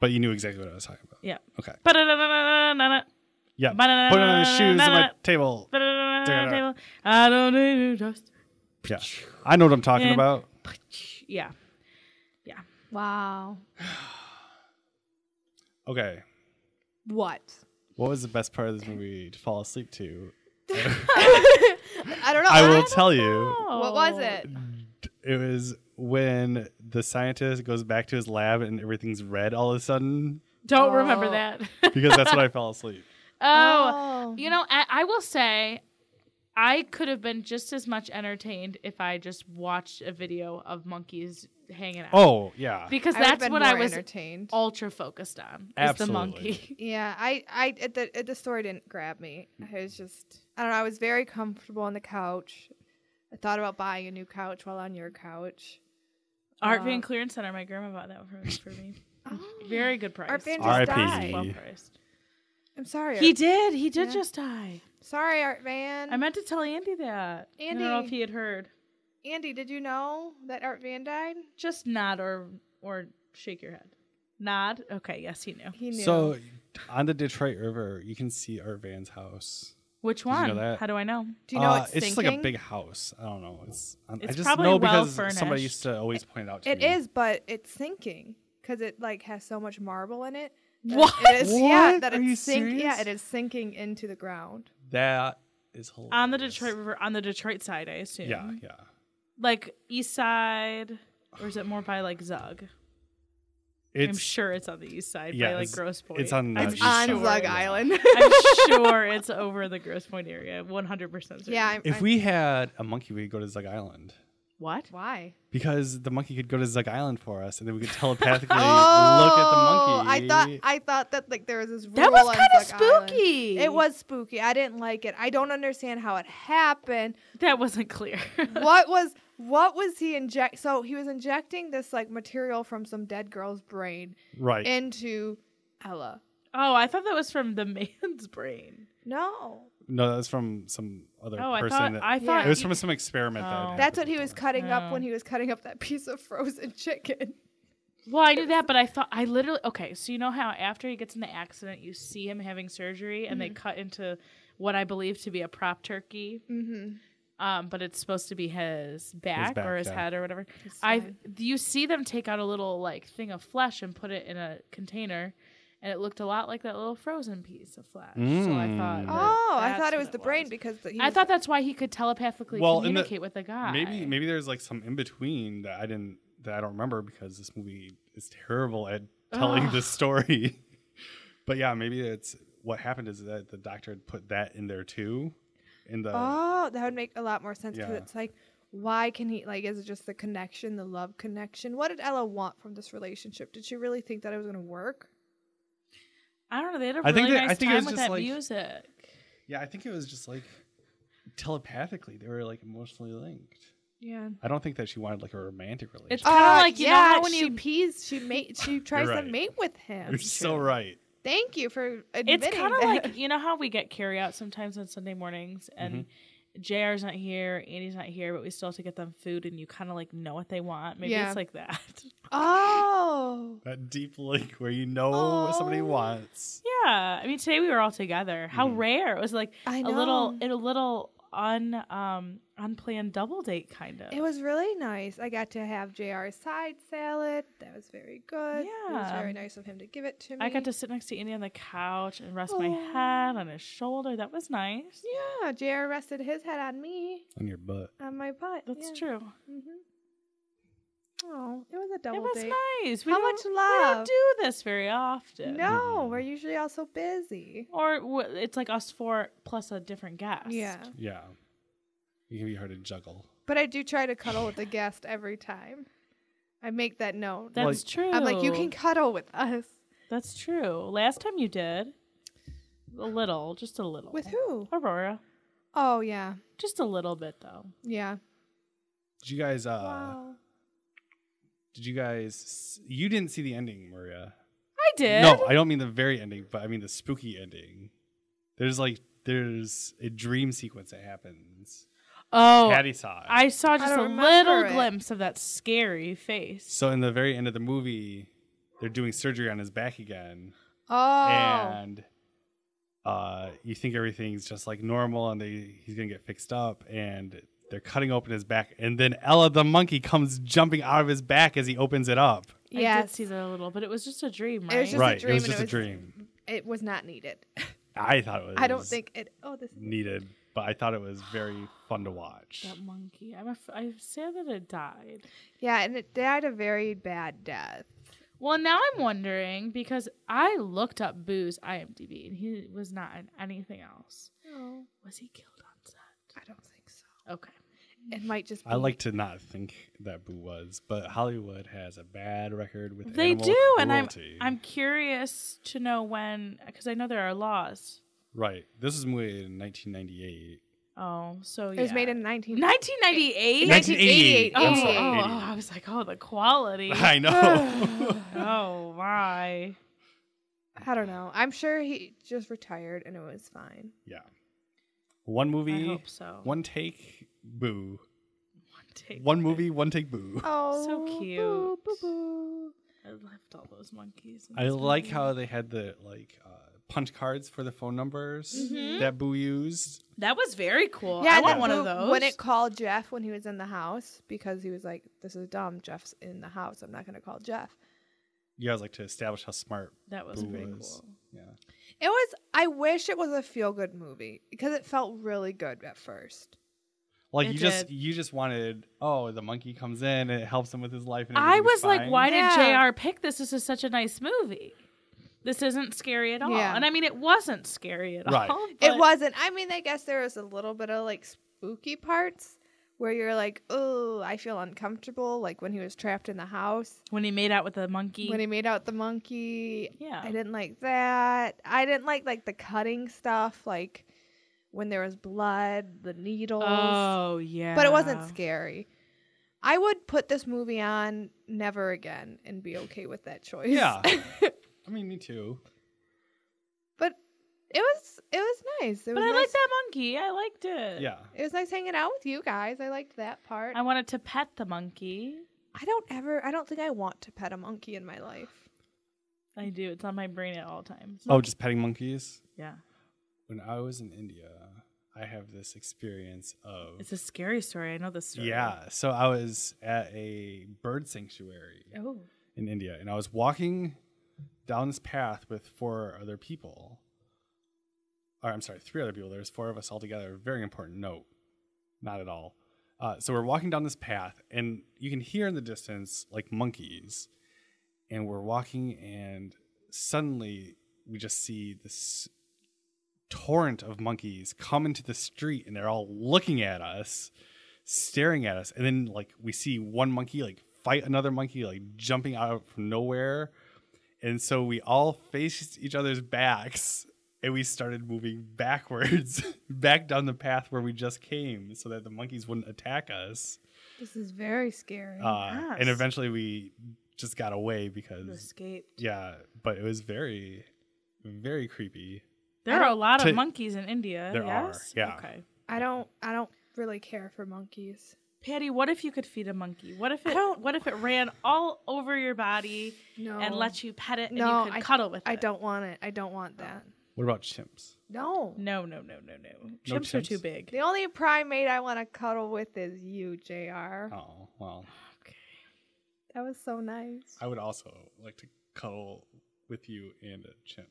S3: but you knew exactly what I was talking about.
S2: Yeah.
S3: Okay.
S2: Ba-da-da-da-da-da-da-da.
S3: Yeah.
S2: Banana-
S3: Put it on the shoes on my table.
S2: Ba-da-da-da-da-da-da. I don't need to just.
S3: Yeah. I know what I'm talking
S2: And-
S3: about.
S2: Yeah.
S1: Wow.
S3: Okay.
S1: What?
S3: What was the best part of this movie to fall asleep to?
S1: I don't know.
S3: I will tell you.
S1: What was it?
S3: It was when the scientist goes back to his lab and everything's red all of a sudden
S2: Don't
S1: Oh.
S2: remember that.
S3: because that's when I fell asleep.
S2: oh. You know, I, I will say, I could have been just as much entertained if I just watched a video of monkeys hanging out.
S3: Oh, yeah.
S2: because
S1: would've
S2: that's
S1: been
S2: what
S1: more
S2: I was
S1: entertained.
S2: ultra focused on. Is
S3: Absolutely.
S2: the monkey.
S1: Yeah, I, I, it, the, it, the story didn't grab me. I was just, I don't know. I was very comfortable on the couch. I thought about buying a new couch while on your couch.
S2: Art Van Clearance Center. My grandma bought that for me. For me. Very good price.
S1: Art Van just
S3: R.I.P..
S1: died.
S2: well priced.
S1: I'm sorry.
S2: He
S1: Art-
S2: did. He did
S1: Yeah.
S2: just die.
S1: sorry, Art Van.
S2: I meant to tell Andy that. I don't know
S1: Andy.
S2: if he had heard.
S1: Andy, did you know that Art Van died?
S2: Just nod or or shake your head. Nod. Okay. Yes, he knew.
S1: He knew.
S3: So on the Detroit River, you can see our Van's house.
S2: Which
S3: you know
S2: one?
S3: that?
S2: How do I know?
S1: Do you know
S3: Uh,
S1: it's,
S3: it's just like
S1: sinking?
S3: a big house. I don't know. It's, I- I
S2: It's
S3: just
S2: probably
S3: know
S2: well
S3: because somebody
S2: furnished.
S3: used to always point it out to
S1: It
S3: me.
S1: is, but it's sinking because it like has so much marble in it. that
S2: What?
S1: It is, Yeah,
S3: What?
S1: that
S3: Are
S1: it's
S3: you
S1: sink- Yeah,
S3: serious?
S1: it is sinking into the ground.
S3: That is hilarious.
S2: On the Detroit River, on the Detroit side, I assume.
S3: Yeah, yeah.
S2: Like east side, or is it more by like Zug? I'm
S3: It's
S2: sure it's on the east side
S3: yeah,
S2: by like
S3: it's-
S2: Gross Point.
S3: it's on the
S2: I'm
S3: east
S1: On
S3: sure.
S1: Zug
S3: Yeah.
S1: Island.
S2: I'm sure it's over the Gross Point area. 100. percent
S1: yeah. I'm,
S3: if
S1: I'm-
S3: we had a monkey, we'd go to Zug Island
S2: What?
S1: Why?
S3: because the monkey could go to Zug Island for us, and then we could telepathically
S1: Oh,
S3: look at the monkey.
S1: I thought I thought that like there was this.
S2: That was
S1: rule on
S2: kind of
S1: Zug Island.
S2: spooky.
S1: It was spooky. I didn't like it. I don't understand how it happened.
S2: That wasn't clear.
S1: What was what was he inject? So he was injecting this like material from some dead girl's brain
S3: right.
S1: into Ella.
S2: oh, I thought that was from the man's brain.
S1: No,
S3: no, that's from some other
S2: Oh, I
S3: person.
S2: thought
S3: that,
S2: I
S1: Yeah.
S2: thought
S3: it was
S2: you-
S3: from some experiment. that had
S2: Oh.
S3: happened
S1: that's what he was
S3: before.
S1: cutting up
S2: No.
S1: when he was cutting up that piece of frozen chicken.
S2: Well, I knew that, but I thought I literally okay. So you know how after he gets in the accident, you see him having surgery, and they
S3: Mm-hmm.
S2: cut into what I believe to be a prop turkey,
S1: Mm-hmm.
S2: um, but it's supposed to be his back,
S3: back,
S2: or his
S3: yeah.
S2: head or whatever. I
S1: spine.
S2: you see them take out a little like thing of flesh and put it in a container, and it looked a lot like that little frozen piece of flesh. So I
S3: Mm.
S2: thought, that
S1: Oh, I
S2: that's
S1: thought it
S2: what
S1: was the brain
S2: was.
S1: because he
S2: I
S1: was-
S2: thought that's why he could telepathically
S3: Well, in the-
S2: communicate with the guy.
S3: Maybe maybe there's like some in between that I didn't that I don't remember because this movie is terrible at telling this story. but yeah, maybe it's what happened is that the doctor had put that in there too. uh, In the
S1: Oh, that would make a lot more sense because
S3: Yeah.
S1: it's like, why can he like? Is it just the connection, the love connection? What did Ella want from this relationship? Did she really think that it was gonna work?
S2: I don't know. They had a
S3: I
S2: really
S3: think that- I
S2: nice
S3: think it
S2: time
S3: was
S2: with
S3: just,
S2: that
S3: like-
S2: music.
S3: yeah, I think it was just like telepathically they were like emotionally linked.
S1: Yeah.
S3: I don't think that she wanted like a romantic relationship.
S2: It's kind of like you know
S1: Uh, yeah,
S2: how when
S1: she
S2: you
S1: pees, she mate, she tries
S3: right.
S1: to mate with
S3: You're
S1: him.
S3: so right.
S1: Thank you for admitting
S2: it's kind of
S1: that.
S2: like you know how we get carry out sometimes on sunday mornings and JR's not here, Andy's not here, but we still have to get them food and you kind of like know what they want. Maybe
S1: Yeah.
S2: it's like that.
S1: Oh.
S3: That deep link where you know what somebody
S1: Oh.
S3: wants.
S2: yeah. I mean, today we were all together. How rare. It was like
S1: I
S2: a little,
S1: know.
S2: in a little un um unplanned double date kind of.
S1: It was really nice. I got to have JR's side salad. That was very good. It was
S2: Yeah.
S1: very nice of him to give it to me.
S2: I got to sit next to Andy on the couch and rest my
S1: Aw.
S2: head on his shoulder. That was nice.
S1: Yeah, JR rested his head on me,
S3: On your butt.
S1: on my butt.
S2: That's
S1: yeah.
S2: true.
S1: Mm-hmm. Oh, it was a double
S2: it was
S1: date.
S2: nice. We
S1: How
S2: don't-
S1: much
S2: We
S1: love?
S2: don't do this very often.
S1: No, we're usually all so busy.
S2: Or w- it's like us four plus a different guest.
S1: Yeah.
S3: Yeah. It can be hard to juggle.
S1: But I do try to cuddle with the guest every time. I make that note.
S2: That's
S3: Like-
S2: true.
S1: I'm like, you can cuddle with us.
S2: That's true. Last time you did. A little. Just a little.
S1: With who?
S2: Aurora.
S1: Oh, yeah.
S2: Just a little bit, though.
S1: Yeah.
S3: Did you guys, uh, did you guys, s- you didn't see the ending, Maria.
S2: I did.
S3: No, I don't mean the very ending, but I mean the spooky ending. There's like, there's a dream sequence that happens.
S2: oh,
S3: Patty saw it.
S2: I saw just a
S1: don't
S2: little
S1: remember it.
S2: glimpse of that scary face.
S3: so in the very end of the movie, they're doing surgery on his back again.
S1: Oh.
S3: and uh, you think everything's just like normal, and they he's gonna get fixed up, and they're cutting open his back, and then Ella the monkey comes jumping out of his back as he opens it up.
S2: I
S1: yes.
S2: did see that a little, but it was just a dream, right?
S1: It was just
S3: right,
S1: a dream.
S3: it was
S1: and
S3: just a dream.
S1: It was not needed.
S3: I thought it was.
S1: I don't think it. Oh, this is.
S3: needed, but I thought it was very fun to watch.
S2: that monkey. I'm, af- I'm sad that it died.
S1: Yeah, and it died a very bad death.
S2: Well, now I'm wondering because I looked up Boo's IMDb and he was not in anything else.
S1: No,
S2: Was he killed on set?
S1: I don't think so.
S2: Okay.
S1: It might just. Be
S3: I like to not think that Boo was, but Hollywood has a bad record with
S2: They
S3: animal
S2: do, and I'm
S3: cruelty.
S2: I'm curious to know when because I know there are laws.
S3: right. This is made in 1998.
S2: Oh, so
S1: It
S2: yeah.
S1: was made in 19.
S2: 1998.
S1: 1988.
S2: Oh,
S1: 1988.
S2: oh, oh, I was like, oh, the quality.
S3: I know.
S2: oh my.
S1: I don't know. I'm sure he just retired and it was fine.
S3: Yeah. One
S2: I
S3: movie,
S2: hope so.
S3: one take, boo.
S2: One take.
S3: One movie, one take, boo.
S1: Oh,
S2: cute.
S1: Boo, boo, boo.
S2: I loved all those monkeys. in
S3: I
S2: this
S3: like
S2: movie.
S3: how they had the like uh, punch cards for the phone numbers that Boo used.
S2: that was very cool.
S1: Yeah,
S2: Mm-hmm. I
S1: and
S2: want
S1: then
S2: one of
S1: Boo
S2: those.
S1: Wouldn't call Jeff when he was in the house because he was like, "This is dumb. Jeff's in the house. I'm not gonna call Jeff."
S3: You guys like to establish how smart.
S2: that was
S3: Boo
S2: pretty
S3: was.
S2: cool.
S3: Yeah.
S1: It was. I wish it was a feel good movie because it felt really good at first.
S3: Like
S2: It
S3: you just
S2: did.
S3: you just wanted. Oh, the monkey comes in and it helps him with his life. And
S2: I
S3: everything's
S2: was like,
S3: fine.
S2: why
S1: Yeah.
S2: did JR pick this? This is such a nice movie. This isn't scary at all.
S1: Yeah.
S2: And I mean, it wasn't scary at
S3: Right.
S2: all.
S1: it
S2: but-
S1: wasn't. I mean, I guess there was a little bit of like spooky parts where you're like, "Oh, I feel uncomfortable." Like when he was trapped in the house
S2: When he made out with the monkey.
S1: when he made out the monkey.
S2: yeah.
S1: I didn't like that. I didn't like like the cutting stuff, like when there was blood, the needles.
S2: Oh, yeah.
S1: But it wasn't scary. I would put this movie on never again and be okay with that choice.
S3: Yeah. I mean, me too.
S1: but it was it was nice. It
S2: But
S1: was
S2: I
S1: nice.
S2: liked that monkey. I liked it.
S3: Yeah.
S1: It was nice hanging out with you guys. I liked that part.
S2: I wanted to pet the monkey.
S1: I don't ever. I don't think I want to pet a monkey in my life.
S2: I do. It's on my brain at all times.
S3: Oh, just petting monkeys.
S2: Yeah.
S3: When I was in India, I have this experience of.
S2: It's a scary story. I know this story.
S3: Yeah. So I was at a bird sanctuary
S2: Oh.
S3: in India and I was walking down this path with four other people. Or I'm sorry, three other people. There's four of us all together. Very important note. Not at all. Uh, so we're walking down this path and you can hear in the distance like monkeys. And we're walking and suddenly we just see this torrent of monkeys come into the street and they're all looking at us staring at us and then like we see one monkey like fight another monkey like jumping out from nowhere and so we all faced each other's backs and we started moving backwards back down the path where we just came so that the monkeys wouldn't attack us
S1: This is very scary.
S3: uh, and
S2: Yes.
S3: eventually we just got away because
S2: Escaped.
S3: yeah but it was very very creepy
S2: There are a lot
S3: To-
S2: of monkeys in India.
S3: There are,
S2: yes?
S3: yeah.
S2: Okay.
S1: I don't. I don't really care for monkeys.
S2: Patty, what if you could feed a monkey? What if it
S4: don't-
S2: what if it ran all over your body
S1: No.
S2: and let you pet it and
S1: No,
S2: you could
S1: I-
S2: cuddle with it?
S1: I don't want it. I don't want that.
S3: What about chimps?
S1: No.
S2: No, no, no, no, no. Chimps,
S3: No
S2: are
S3: chimps?
S2: too big.
S1: The only primate I want to cuddle with is you, Jr.
S3: Oh well,
S1: That was so nice.
S3: I would also like to cuddle with you and a chimp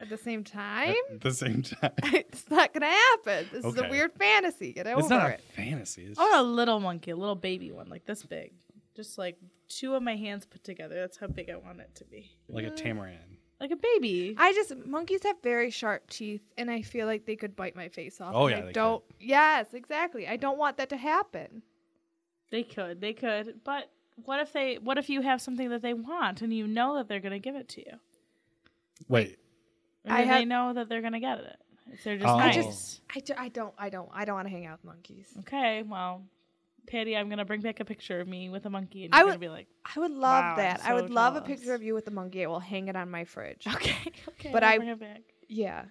S1: At the same time,
S3: at the same time.
S1: it's not gonna happen. This is a
S3: Okay.
S1: weird fantasy. Get over
S3: it's not
S1: it.
S3: a fantasy. It's
S2: I want a little monkey, a little baby one, like this big. Just like two of my hands put together. That's how big I want it to be.
S3: just like a tamaran.
S2: Like a baby.
S1: I just monkeys have very sharp teeth, and I feel like they could bite my face off.
S3: Oh,
S1: and
S3: yeah, they
S1: I
S3: could.
S1: don't. Yes, exactly. I don't want that to happen.
S2: They could, they could. But what if they what if you have something that they want and you know that they're gonna give it to you?
S3: Wait,
S2: And
S1: I
S2: then they
S1: have-
S2: know that they're gonna get it. If they're just
S3: Oh.
S2: nice.
S3: I
S1: just- I, do, I don't. I don't. I don't want to hang out with monkeys.
S2: Okay, well, Patty, I'm gonna bring back a picture of me with a monkey and
S1: I
S2: you're
S1: would-
S2: gonna be like,
S1: I would love
S2: Wow, I'm
S1: that. I
S2: so
S1: would love a
S2: jealous.
S1: picture of you with a monkey. I will hang it on my fridge.
S2: Okay, okay.
S1: But
S2: I'll
S1: I-
S2: bring it back.
S1: Yeah.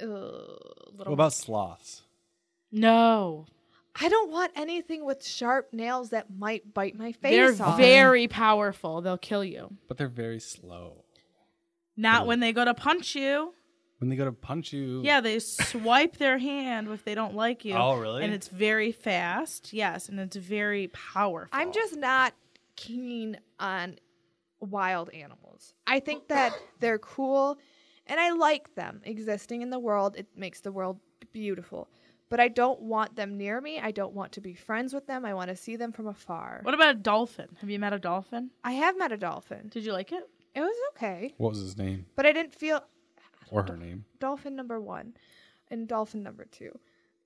S1: Ugh,
S3: what
S1: little
S3: about sloths?
S2: No.
S1: I don't want anything with sharp nails that might bite my face
S2: They're
S1: off.
S2: very powerful. They'll kill you.
S3: But they're very slow.
S2: Not when they go to punch you.
S3: When they go to punch you,
S2: Yeah, they swipe their hand if they don't like you.
S3: Oh, really?
S2: And it's very fast. Yes, and it's very powerful.
S1: I'm just not keen on wild animals. I think that they're cool and I like them existing in the world. It makes the world beautiful. But I don't want them near me. I don't want to be friends with them. I want to see them from afar.
S2: What about a dolphin? Have you met a dolphin?
S1: I have met a dolphin.
S2: Did you like it?
S1: It was okay,
S3: What was his name
S1: but I didn't feel
S3: or her name?
S1: dolphin number 1 and dolphin number 2.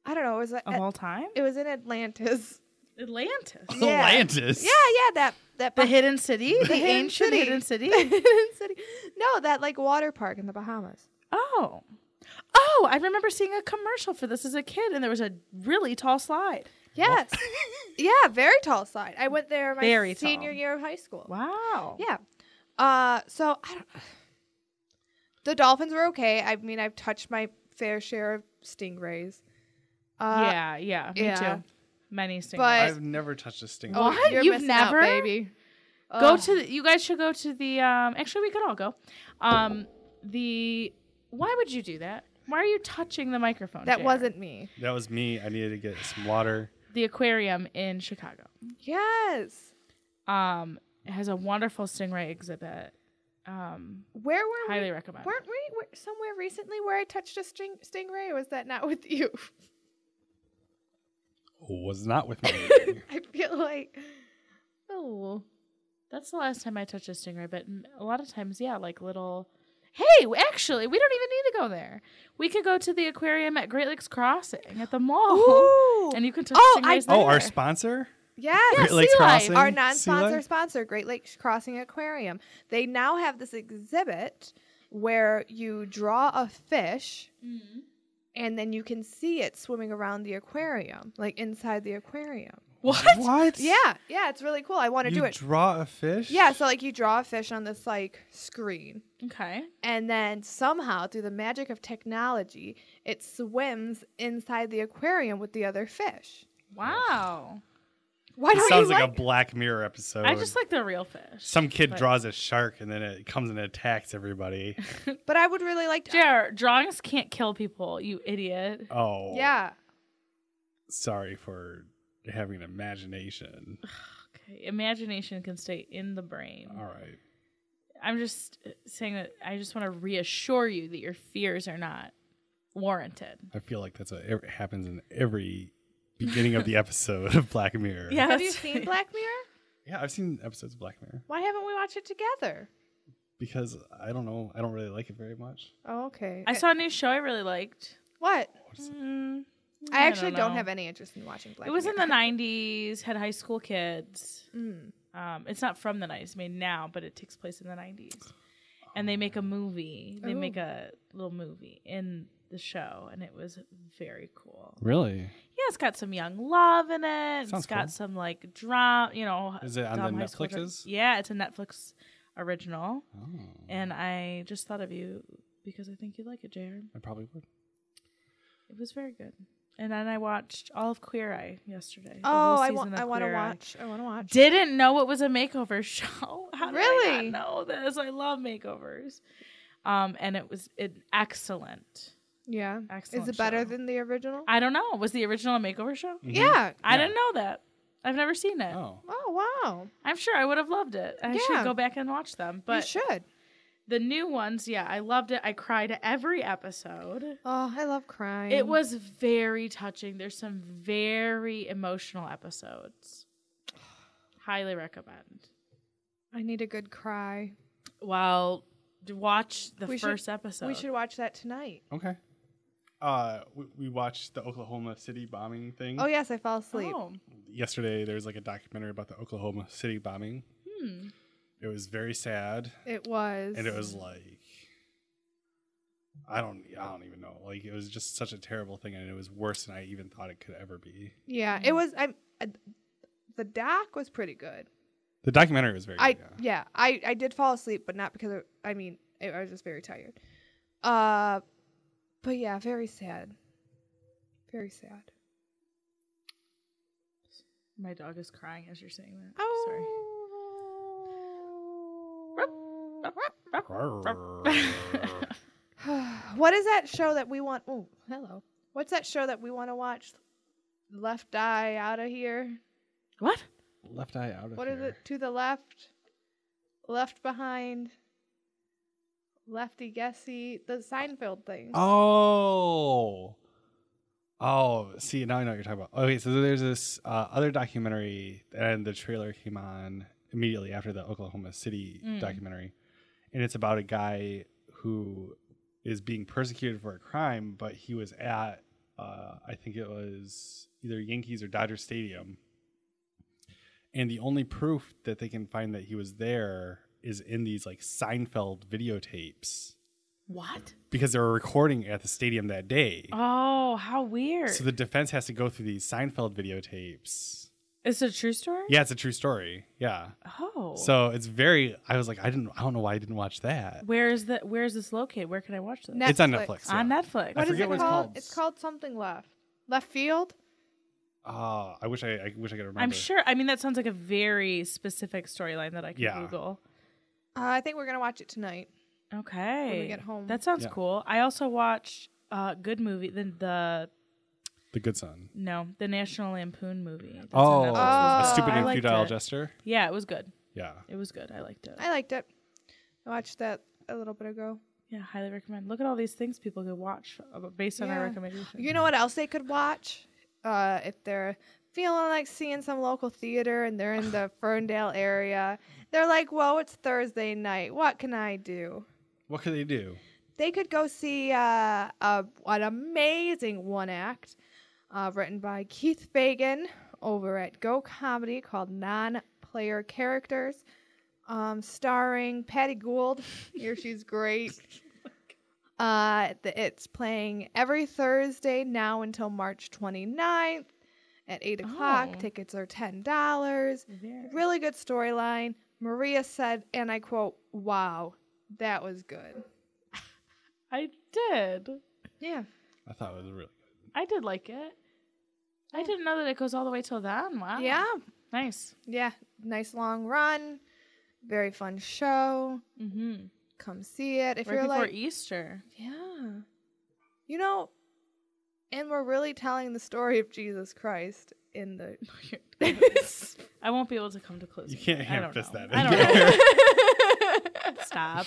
S1: I don't know. It was like
S2: Of all time?
S1: it was in Atlantis.
S2: Atlantis.
S1: Yeah.
S3: Atlantis.
S1: Yeah, yeah, that that
S2: The hidden city? The,
S1: hidden
S2: ancient
S1: city.
S2: hidden city?
S1: Hidden City. No, that like water park in the Bahamas.
S2: Oh. Oh, I remember seeing a commercial for this as a kid, and there was a really tall slide.
S1: Yes. yeah, very tall slide. I went there my
S2: Very
S1: senior
S2: tall.
S1: year of high school.
S2: Wow.
S1: Yeah. Uh so I don't The dolphins were okay. I mean, I've touched my fair share of stingrays. Uh
S2: yeah, yeah, me
S1: yeah.
S2: too. Many stingrays.
S1: But-
S3: I've never touched a stingray.
S1: oh,
S2: What?
S1: You're
S2: You've
S1: missing out,
S2: never?
S1: baby.
S2: go
S1: Ugh.
S2: to the, you guys should go to the um actually we could all go. Um the why would you do that? Why are you touching the microphone?
S1: That
S2: JR?
S1: wasn't me.
S3: That was me. I needed to get some water.
S2: the aquarium in Chicago.
S1: Yes.
S2: Um it has a wonderful stingray exhibit. Um
S1: Where were
S2: highly
S1: we?
S2: recommend.
S1: Weren't we were- somewhere recently where I touched a sting- stingray? Or was that not with you?
S3: Was not with me.
S1: I feel like
S2: Oh, that's the last time I touched a stingray. But m- a lot of times, yeah, like little. Hey, actually, we don't even need to go there. We could go to the aquarium at Great Lakes Crossing at the mall,
S1: Ooh.
S2: and you can touch
S1: Oh, I-
S2: stingrays
S3: oh, our
S2: there.
S3: sponsor.
S1: Yes,
S3: Great Lakes
S1: Sea Life,
S3: Crossing,
S1: our
S3: Sea
S1: non-sponsor
S3: Life.
S1: sponsor, Great Lakes Crossing Aquarium. They now have this exhibit where you draw a fish,
S2: Mm-hmm.
S1: and then you can see it swimming around the aquarium, like inside the aquarium.
S2: what?
S3: What?
S1: Yeah, yeah, it's really cool. I want to
S3: You
S1: do it.
S3: draw a fish.
S1: yeah, so like you draw a fish on this like screen,
S2: Okay.
S1: and then somehow through the magic of technology, it swims inside the aquarium with the other fish.
S2: Wow.
S1: Why
S3: It
S1: don't
S3: sounds
S1: you
S3: like,
S1: like?
S3: a Black Mirror episode.
S2: I just like the real fish.
S3: Some kid
S2: but-
S3: draws a shark and then it comes and attacks everybody.
S1: but I would really like to.
S2: Jared, drawings can't kill people, you idiot.
S3: Oh,
S1: Yeah.
S3: Sorry for having an imagination.
S2: Okay. Imagination can stay in the brain.
S3: All right.
S2: I'm just saying that I just want to reassure you that your fears are not warranted.
S3: I feel like that's what ev- happens in every beginning of the episode of Black Mirror.
S2: Yeah.
S1: Have you
S2: That's-
S1: seen Black Mirror?
S3: Yeah, I've seen episodes of Black Mirror
S1: Why haven't we watched it together?
S3: because I don't know. I don't really like it very much.
S1: Oh, okay.
S2: I saw a new show I really liked.
S1: what?
S2: Mm,
S1: I, actually don't,
S2: know.
S1: have any interest in watching Black.
S2: It was in
S1: Mirror.
S2: the '90s. Had high school kids.
S1: Mm.
S2: Um, it's not from the '90s. It's made now, but it takes place in the '90s. And they make a movie. They make
S1: Ooh.
S3: Oh.
S2: a little movie in the show, and it was very cool.
S1: Mm.
S3: Really?
S2: Yeah, it's got some young love in it. it's
S3: Sounds
S2: got
S3: cool.
S2: some like drama. You know,
S1: Uh,
S3: Is it on
S2: dumb
S3: the
S2: high school dra-
S3: Netflixes?
S2: Yeah, it's a Netflix original,
S3: Oh,
S2: and I just thought of you because I think you'd like it, Jared.
S3: I probably would.
S2: It was very good. And then I watched all of Queer Eye yesterday. the
S1: Oh,
S2: whole
S1: I
S2: season
S1: want.
S2: of
S1: I want to
S2: Queer Eye.
S1: watch. I want to watch.
S2: Didn't know it was a makeover show. How did
S1: Really?
S2: I not know this. I love makeovers. Um, and it was an excellent.
S1: Yeah. Is
S2: Excellent
S1: it better
S2: show.
S1: than the original?
S2: I don't know. Was the original a makeover show?
S1: yeah.
S2: I
S3: Yeah.
S2: didn't know that. I've never seen it.
S3: Mm-hmm. Oh.
S1: Oh wow.
S2: I'm sure I would have loved it. I
S1: Yeah.
S2: should go back and watch them. But
S1: you should.
S2: the new ones, yeah, I loved it. I cried at every episode.
S1: Oh, I love crying.
S2: It was very touching. There's some very emotional episodes. Highly recommend.
S1: I need a good cry.
S2: Well, d- watch the
S1: We should-
S2: first episode.
S1: We should watch that tonight.
S3: Okay. Uh, we, we watched the Oklahoma City bombing thing.
S1: Oh yes, I fell asleep.
S2: Mm-hmm. Oh,
S3: Yesterday, there was like a documentary about the Oklahoma City bombing.
S2: hmm.
S3: It was very sad,
S1: It was.
S3: and it was like, I don't, I don't even know. Like, it was just such a terrible thing, and it was worse than I even thought it could ever be.
S1: Yeah,
S2: Mm-hmm.
S1: it was. I'm. Uh, the doc was pretty good.
S3: The documentary was very.
S1: I yeah.
S3: good, yeah.
S1: I I did fall asleep, but not because of, I mean I I was just very tired. Uh, but yeah, very sad. Very sad.
S2: My dog is crying as you're saying that.
S1: Oh.
S3: Grrr.
S1: what is that show that we want? Oh, hello. What's that show that we want to watch? Left Eye Out of Here.
S2: What?
S3: Left eye out of
S1: What
S3: here.
S1: is it? To the left. Left behind. Lefty guessy. The Seinfeld thing.
S3: Oh. Oh, see, now I know what you're talking about. Okay, so there's this uh, other documentary, and the trailer came on immediately after the Oklahoma City
S2: Mm.
S3: documentary. And it's about a guy who is being persecuted for a crime, but he was at, uh, I think it was either Yankees or Dodger Stadium. And the only proof that they can find that he was there is in these like Seinfeld videotapes
S2: What?
S3: because they were recording at the stadium that day.
S2: Oh, how weird.
S3: So the defense has to go through these Seinfeld videotapes.
S2: it's a true story?
S3: Yeah, it's a true story. Yeah.
S2: Oh.
S3: So it's very I was like I didn't I don't know why I didn't watch that.
S2: where is the where is this located? Where can I watch this?
S1: Net-
S3: It's on
S1: Netflix.
S3: Netflix.
S2: On
S3: yeah.
S2: Netflix.
S3: I
S1: What is
S3: forget
S1: it
S3: what it's
S1: called?
S3: called.
S1: It's called something left. Left field?
S3: Oh, I wish I, I wish I could remember.
S2: I'm sure. I mean, that sounds like a very specific storyline that I can
S3: Yeah.
S2: Google.
S1: Uh, I think we're gonna watch it tonight.
S2: Okay.
S1: get home.
S2: That sounds
S3: Yeah.
S2: cool. I also watched uh good movie the the
S3: The Good Son.
S2: no, the National Lampoon movie. That's on
S3: Oh,
S2: Netflix.
S3: a
S1: Oh.
S3: stupid
S2: I
S3: and
S2: liked
S3: futile
S2: it.
S3: jester.
S2: Yeah, it was good.
S3: Yeah.
S2: It was good. I liked it.
S1: I liked it. I watched that a little bit ago.
S2: Yeah, highly recommend. Look at all these things people could watch uh, based on our
S1: Yeah.
S2: recommendation.
S1: You
S3: Mm.
S1: know what else they could watch? Uh, if they're feeling like seeing some local theater and they're in the Ferndale area, they're like, "Well, it's Thursday night. What can I do?"
S3: What could they do?
S1: They could go see uh, a, an amazing one act uh, written by Keith Fagan over at Go Comedy called Non Player Characters, um, starring Patty Gould. Here she's great. Uh, th- it's playing every Thursday now until March 29th at 8 o'clock.
S2: Oh.
S1: Tickets are $10.
S2: Very-
S1: Really good storyline. Maria said, and I quote, wow, that was good.
S2: I did.
S1: Yeah.
S3: I thought it was really
S2: I did like it. I didn't know that it goes all the way till then. Wow.
S1: Oh. Yeah.
S2: Nice.
S1: Yeah. Nice long run. Very fun show.
S2: Mm-hmm.
S1: Come see it. If
S2: right
S1: you're
S2: before E-
S1: like,
S2: Easter.
S1: yeah. You know, and we're really telling the story of Jesus Christ in the.
S2: I won't be able to come to closing.
S3: You can't
S2: I don't
S3: hand-fist
S2: know.
S3: that
S2: I
S3: in
S2: don't know. Stop.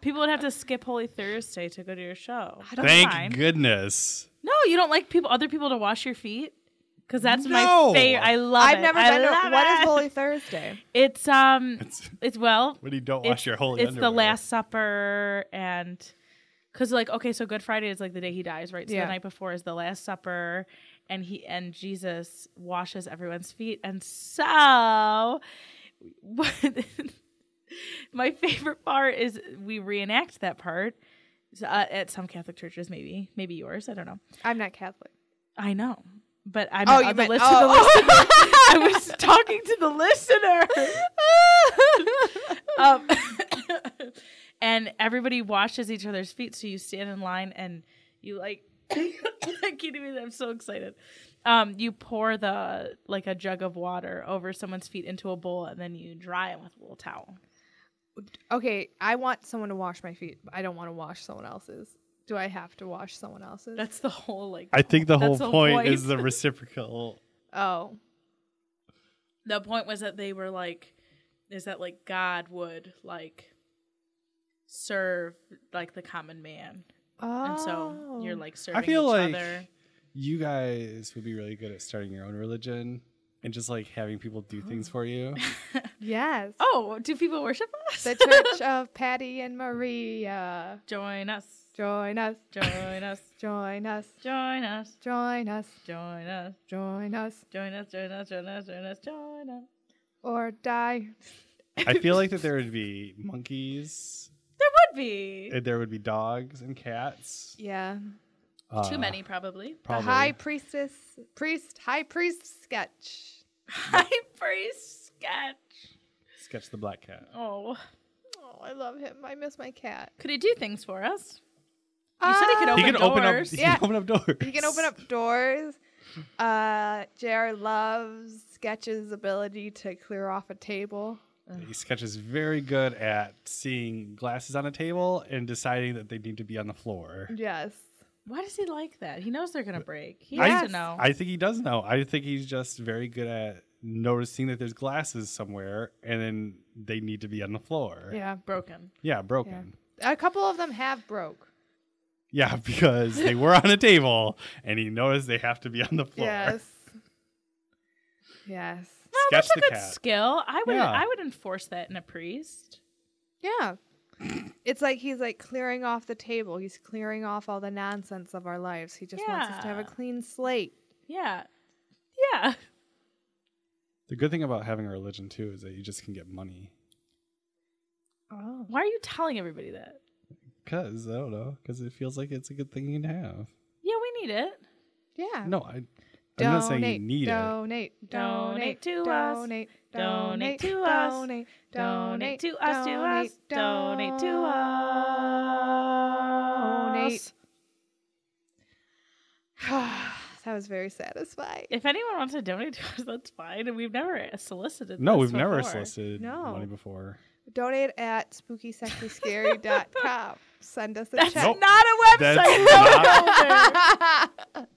S2: People would have to skip Holy Thursday to go to your show.
S1: I don't
S3: Thank
S2: mind.
S3: goodness.
S2: No, you don't like people, other people to wash your feet. Cause that's
S3: No.
S2: my favorite. I love
S1: I've
S2: it.
S1: never
S2: I
S1: been to.
S2: love
S1: What is
S2: it.
S1: Holy Thursday?
S2: It's um,
S3: It's
S2: it's well,
S3: when you don't wash your holy
S2: it's
S3: underwear.
S2: the last supper and because like okay so good friday is like the day he dies right so
S1: Yeah.
S2: the night before is the last supper and he and jesus washes everyone's feet and so what- my favorite part is we reenact that part so, uh, at some catholic churches maybe maybe yours i don't know
S1: I'm not Catholic.
S2: i know but i'm
S1: Oh,
S2: oh,
S1: you
S2: the
S1: meant-
S2: list
S1: oh,
S2: to the
S1: oh.
S2: listener. i was talking to the listener um, and everybody washes each other's feet. So you stand in line and you like I can't even. I'm so excited. Um, you pour the like a jug of water over someone's feet into a bowl, and then you dry it with a little towel.
S1: Okay, I want someone to wash my feet. But I don't want to wash someone else's. Do I have to wash someone else's?
S2: That's the whole like.
S3: I think the
S2: That's
S3: whole
S2: the
S3: point
S2: point.
S3: is the reciprocal.
S1: oh,
S2: the point was that they were like, is that like God would like serve like the common man,
S1: oh.
S2: and so you're like serving
S3: I feel
S2: each
S3: like
S2: other.
S3: you guys would be really good at starting your own religion and just like having people do things for you.
S1: yes,
S2: Oh, do people worship us?
S1: the Church of Patty and Maria.
S2: join us,
S1: Join us,
S2: join us,
S1: join us,
S2: join us,
S1: join us,
S2: join us,
S1: join us,
S2: join us, join us, join us, join us, join us.
S1: or die.
S3: I feel like that there would be monkeys,
S2: There would be
S3: and there would be dogs and cats.
S1: Yeah,
S3: Uh,
S2: too many, probably.
S3: Probably.
S1: the High Priestess, priest, High Priest sketch.
S2: High priest sketch.
S3: Sketch the black cat.
S2: Oh,
S1: Oh, I love him. I miss my cat.
S2: could he do things for us? You said he could
S1: Ah!
S2: Open
S3: he could open up.
S2: doors.
S3: He
S1: Yeah.
S3: can open up doors.
S1: He can open up doors. Uh, Jared loves Sketch's ability to clear off a table.
S3: He sketches very good at seeing glasses on a table and deciding that they need to be on the floor.
S1: Yes.
S2: Why does he like that? He knows they're gonna break. He
S1: I-
S2: has to know.
S3: I think he does know. I think he's just very good at noticing that there's glasses somewhere and then they need to be on the floor.
S1: Yeah.
S2: Broken.
S3: Yeah, broken.
S1: A couple of them have broke.
S3: Yeah. because they were on a table and he noticed they have to be on the floor.
S1: Yes. Yes.
S2: Well,
S3: Sketch
S2: that's a
S3: the
S2: good
S3: cat.
S2: skill. I would.
S3: Yeah.
S2: I would enforce that in a priest.
S1: Yeah. It's like he's like clearing off the table. He's clearing off all the nonsense of our lives. He just wants us to have a
S2: Yeah.
S1: clean slate.
S2: Yeah. Yeah.
S3: The good thing about having a religion too is that you just can get money.
S1: Oh.
S2: Why are you telling everybody that?
S3: Cause I don't know, because it feels like it's a good thing you can have.
S2: Yeah, we need it.
S1: Yeah.
S3: No, I. I'm
S1: donate,
S3: not saying you need it.
S1: donate, Donate,
S2: Donate to us.
S1: donate, Donate,
S2: Donate to us.
S1: Donate,
S2: Donate to us. To us. Donate to
S1: Donate.
S2: us.
S1: that was very satisfying.
S2: If anyone wants to donate to us, that's fine. And we've never solicited.
S3: No,
S2: this
S3: we've never
S2: before.
S3: solicited
S1: No.
S3: money before.
S1: Donate at spookysexyscary.com. Send us a
S2: That's
S1: check.
S3: Nope.
S2: not a website.
S3: That's not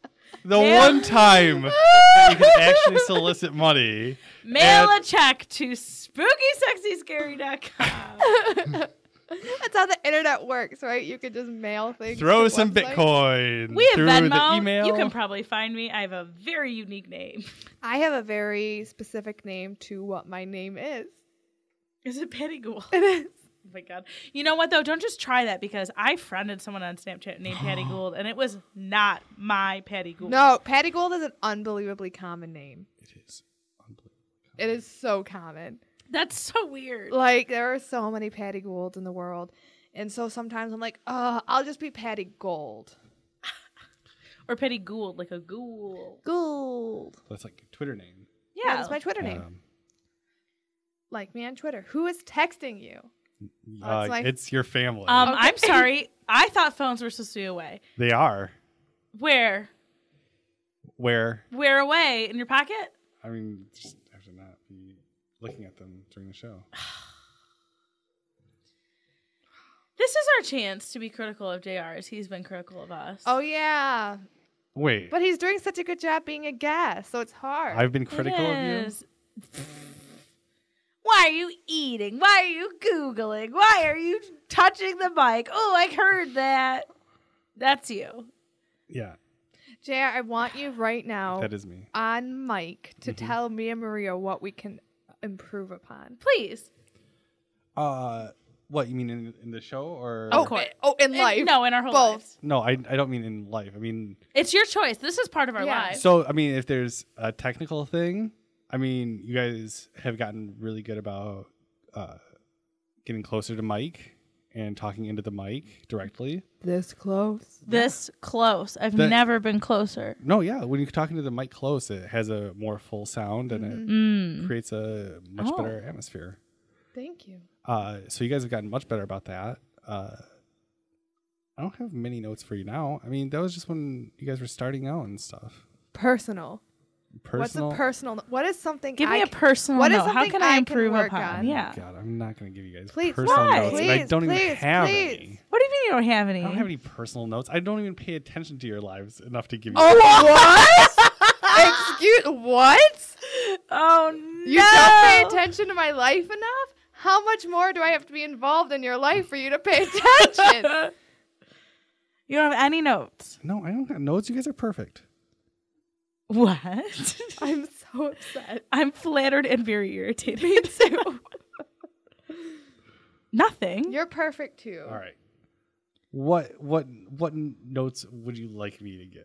S3: the
S2: Mail-
S3: one time that you can actually solicit money.
S2: Mail
S3: And-
S2: a check to spookysexyscary.com.
S1: That's how the internet works, right? You could just mail things.
S3: Throw
S1: to
S3: some
S1: websites.
S3: Bitcoin
S2: We have
S3: through
S2: Venmo.
S3: the email.
S2: You can probably find me. I have a very unique name.
S1: I have a very specific name to what my name is.
S2: Is it Patty Gould?
S1: It is.
S2: Oh my god. You know what though? Don't just try that because I friended someone on Snapchat named Patty Gould and it was not my Patty Gould.
S1: No, Patty Gold is an unbelievably common name.
S3: it is unbelievable.
S1: It is so common.
S2: That's so weird.
S1: Like there are so many Patty Golds in the world. And so sometimes I'm like, oh, I'll just be Patty Gold.
S2: Or Patty Gould, like a ghoul.
S1: Gold.
S3: That's like your Twitter name.
S1: Yeah, that's my Twitter name.
S3: Um,
S1: like me on Twitter. Who is texting you?
S3: uh,
S1: it's like-
S3: it's your family.
S2: um,
S1: Okay.
S2: I'm sorry. I thought phones were supposed to be away.
S3: they are.
S2: Where?
S3: Where
S2: Where away? In your pocket?
S3: I mean, just have to not be looking at them during the show.
S2: This is our chance to be critical of JR as he's been critical of us.
S1: Oh yeah,
S3: Wait,
S1: but he's doing such a good job being a guest, so it's hard.
S3: I've been
S2: It
S3: critical of you.
S2: is. Why are you eating? Why are you Googling? Why are you touching the mic? Oh, I heard that. That's you.
S3: Yeah,
S1: Jr, I want you right now
S3: that is Mm-hmm. me.
S1: on mic to tell me and Maria what we can improve upon.
S2: Please.
S3: Uh, what you mean in, in the show or?
S2: Of course.
S1: oh, in
S2: In-
S1: life,
S2: no, in our whole
S1: both.
S2: lives.
S3: No, I, I don't mean in life. I mean,
S2: It's your choice. This is part of our
S1: Yeah.
S2: lives.
S3: so I mean, if there's a technical thing, I mean, you guys have gotten really good about uh, getting closer to Mike and talking into the mic directly.
S1: This close.
S2: this close. I've
S3: The-
S2: never been closer.
S3: No, yeah. When you're talking to the mic close, it has a more full sound and
S2: Mm.
S3: it creates a much
S2: Mm-hmm. Oh.
S3: better atmosphere.
S1: Thank you.
S3: Uh, so you guys have gotten much better about that. Uh, I don't have many notes for you now. I mean, that was just when you guys were starting out and stuff.
S1: Personal.
S3: Personal.
S1: What's a personal? What is something?
S2: Give
S1: I
S2: me a
S1: c-
S2: personal
S1: what is
S2: note. How
S1: something
S2: can
S1: I
S2: I
S1: can
S2: improve
S1: work
S2: upon?
S1: on?
S2: Yeah.
S3: Oh, God, I'm not going to give you guys
S1: Please,
S3: personal
S2: Why?
S3: notes. and I
S1: Please,
S3: don't even
S1: please,
S3: have
S1: please.
S3: any.
S2: What do you mean you don't have any?
S3: I don't have any personal notes. I don't even pay attention to your lives enough to
S2: Oh.
S3: give you.
S1: Oh, What? Excuse what?
S2: Oh no!
S1: You don't pay attention to my life enough? How much more do I have to be involved in your life for you to pay attention?
S2: You don't have any notes.
S3: No, I don't got notes. You guys are perfect.
S2: What?
S1: I'm so upset.
S2: I'm flattered and very irritated. Me too. Nothing.
S1: You're perfect too.
S3: All right. What what what notes would you like me to give?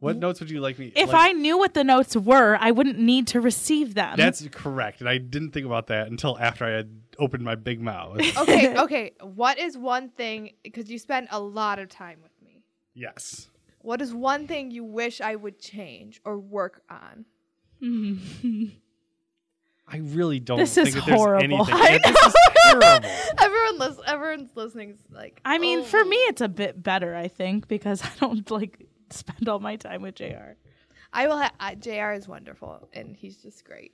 S3: What notes would you like me?
S2: Mm. if
S3: like,
S2: I knew what the notes were, I wouldn't need to receive them.
S3: that's correct, and I didn't think about that until after I had opened my big mouth.
S1: Okay, okay. What is one thing because you spend a lot of time with me.
S3: yes.
S1: What is one thing you wish I would change or work on?
S3: I really don't
S2: This
S3: think
S2: is
S3: that there's
S2: horrible.
S3: anything.
S2: I
S3: Yeah, This is terrible.
S1: Everyone lis- everyone's listening's like
S2: I mean,
S1: "Oh."
S2: for me, it's a bit better, I think, because I don't like spend all my time with Jr.
S1: I will ha- I, JR is wonderful and he's just great.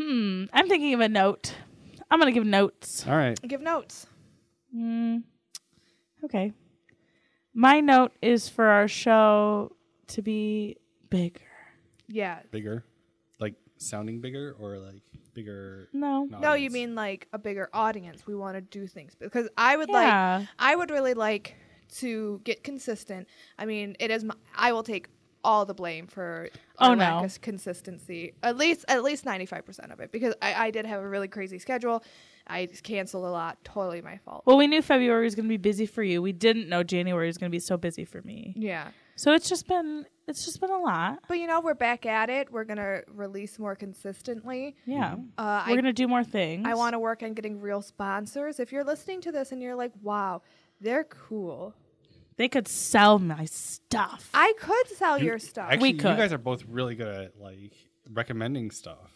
S2: Hmm. I'm thinking of a note. I'm gonna give notes.
S3: All right.
S1: Give notes.
S2: Hmm. Okay. My note is for our show to be bigger.
S1: Yeah.
S3: Bigger, like sounding bigger, or like bigger.
S2: No.
S1: No, you
S3: audience?
S1: mean like a bigger audience. We want to do things because I would
S2: Yeah.
S1: like I would really like to get consistent. I mean, it is my, I will take all the blame for our
S2: Oh,
S1: lack
S2: no.
S1: of consistency. At least at least 95% of it because I, I did have a really crazy schedule. I canceled a lot. Totally my fault.
S2: Well, we knew February was going to be busy for you. We didn't know January was going to be so busy for me.
S1: Yeah.
S2: So it's just been it's just been a lot.
S1: But you know, we're back at it. We're going to release more consistently.
S2: Yeah.
S3: Mm-hmm.
S1: Uh,
S2: We're
S1: I,
S2: going to do more things.
S1: I want to work on getting real sponsors. If you're listening to this and you're like, "Wow, they're cool."
S2: They could sell my stuff.
S1: I could sell your stuff.
S3: Actually,
S2: We could.
S3: you guys are both really good at like recommending stuff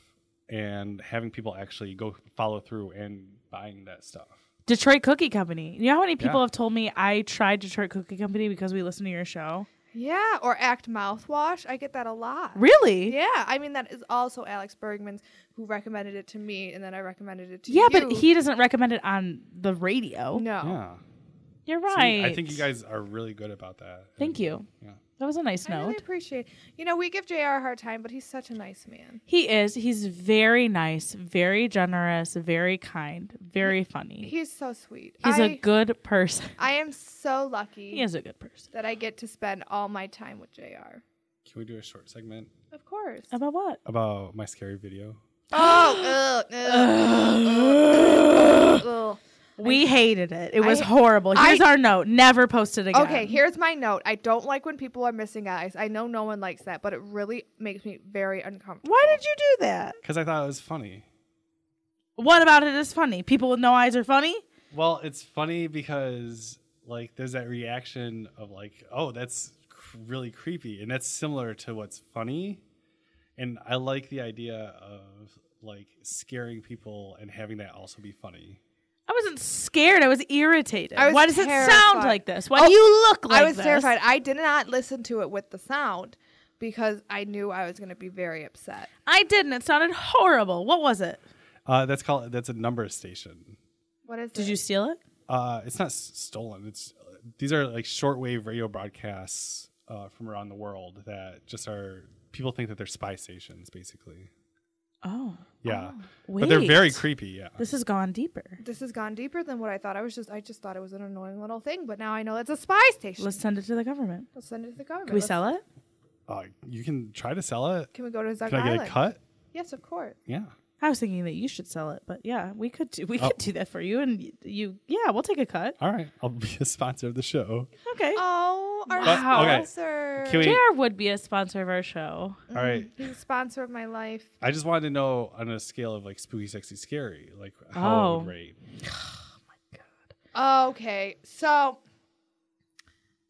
S3: and having people actually go follow through and buying that stuff.
S2: Detroit Cookie Company. You know how many people
S3: Yeah.
S2: have told me I tried Detroit Cookie Company because we listened to your show?
S1: Yeah, or Act mouthwash. I get that a lot.
S2: Really?
S1: Uh, Yeah, I mean that is also Alex Bergman's who recommended it to me, and then I recommended it to
S2: Yeah,
S1: you.
S2: but he doesn't recommend it on the radio.
S1: no.
S3: Yeah.
S2: You're
S3: So you-
S2: Oh, right.
S3: I think you guys are really good about that.
S2: Thank you.
S3: Yeah.
S2: That was a nice
S1: I
S2: note.
S1: really appreciate. You know, we give Jr. a hard time, but he's such a nice man.
S2: He is. He's very nice, very generous, very kind, very funny.
S1: He's so sweet.
S2: He's
S1: I,
S2: a good person.
S1: I am so lucky
S2: He is a good person.
S1: that I get to spend all my time with Jr.
S3: Can we do a short segment
S1: Of course.
S2: About what?
S3: about my scary video?
S1: oh, ugh, ugh, ugh.
S2: We hated it. It was
S1: I-
S2: horrible. Here's
S1: I-
S2: our note. Never posted again.
S1: Okay, here's my note. I don't like when people are missing eyes. I know no one likes that, but it really makes me very uncomfortable.
S2: Why did you do that?
S3: Because I thought it was funny.
S2: What about it is funny? People with no eyes are funny?
S3: Well, it's funny because like there's that reaction of like, oh, that's cr- really creepy, and that's similar to what's funny. And I like the idea of like scaring people and having that also be funny.
S2: I wasn't scared. I was irritated.
S1: I was
S2: Why does it sound
S1: terrified.
S2: like this? Why
S1: Oh,
S2: do you look like
S1: I was
S2: this?
S1: terrified. I did not listen to it with the sound because I knew I was going to be very upset.
S2: I didn't. It sounded horrible. What was it?
S3: Uh, that's called that's a number station.
S1: What is
S2: Did you steal it?
S3: Uh, it's not s- stolen. It's these are like shortwave radio broadcasts uh, from around the world that just are people think that they're spy stations basically.
S2: Oh.
S3: Yeah, but they're very
S2: wait.
S3: creepy. Yeah,
S2: This has gone deeper.
S1: This has gone deeper than what I thought. I was just I just thought it was an annoying little thing, but now I know it's a spy station.
S2: Let's send it to the government.
S1: Let's send it to the government.
S2: Can we sell it?
S3: uh, you can try to sell it.
S1: Can we go to Zuck
S3: Can I
S1: Island?
S3: get a cut?
S1: Yes, of course.
S3: Yeah.
S2: I was thinking that you should sell it, but yeah, we could do we
S3: Oh.
S2: could do that for you, and y- you yeah, we'll take a cut.
S3: All right. I'll be a sponsor of the show.
S2: Okay,
S1: Oh, our
S2: Wow.
S3: Okay.
S1: sponsor.
S3: Can we?
S2: Dare would be a sponsor of our show.
S3: All right.
S1: He's a sponsor of my life.
S3: I just wanted to know on a scale of like spooky, sexy, scary, like how it
S2: Oh.
S3: would rate.
S1: Okay, so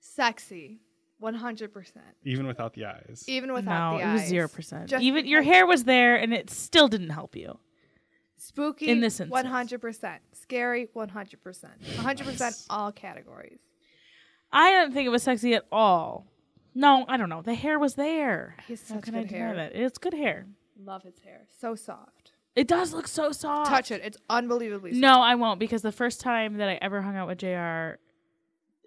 S1: sexy, one hundred percent,
S3: even without the eyes.
S1: even without
S2: no,
S1: the
S2: it
S1: eyes.
S2: was zero percent.
S1: Just
S2: Even your
S1: because-
S2: hair was there, and it still didn't help you.
S1: Spooky
S2: In this instance.
S1: one hundred percent. Scary one hundred percent. One hundred percent all categories.
S2: I didn't think it was sexy at all. No, I don't know. The hair was there.
S1: He has
S2: How
S1: such
S2: can
S1: good
S2: I deny
S1: hair.
S2: that? It's good hair.
S1: Love his hair. So soft.
S2: It does look so soft.
S1: Touch it. It's unbelievably soft.
S2: No, I won't because the first time that I ever hung out with Jr.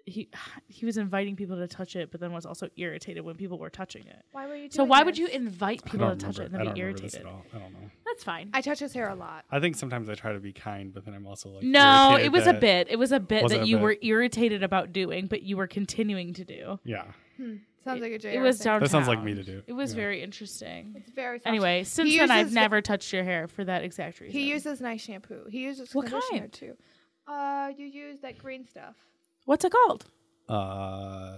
S2: He he was inviting people to touch it, but then was also irritated when people were touching it.
S1: Why were you
S2: So
S1: doing
S2: why would
S1: this?
S2: you invite
S3: I
S2: people to
S3: don't
S2: touch
S3: remember.
S2: it and
S3: I
S2: then
S3: don't
S2: be
S3: remember this at
S2: irritated?
S3: all. I don't know.
S2: That's fine.
S1: I touch his hair a lot.
S3: I think sometimes I try to be kind, but then I'm also like
S2: no,
S3: irritated
S2: it was a
S3: that-
S2: bit. It was a bit
S3: Was it
S2: that
S3: a
S2: you
S3: bit?
S2: were irritated about doing, but you were continuing to do.
S3: Yeah,
S1: Sounds like a JR.
S2: It was
S1: thing.
S2: downtown.
S3: that sounds like me to do.
S2: It was
S3: Yeah.
S2: very interesting.
S1: It's very soft.
S2: Anyway, since
S1: He
S2: then I've
S1: uses-
S2: never touched your hair for that exact reason.
S1: He uses nice shampoo. He uses
S2: What
S1: conditioner
S2: kind?
S1: too. Uh, you use that green stuff.
S2: What's it called?
S3: Uh,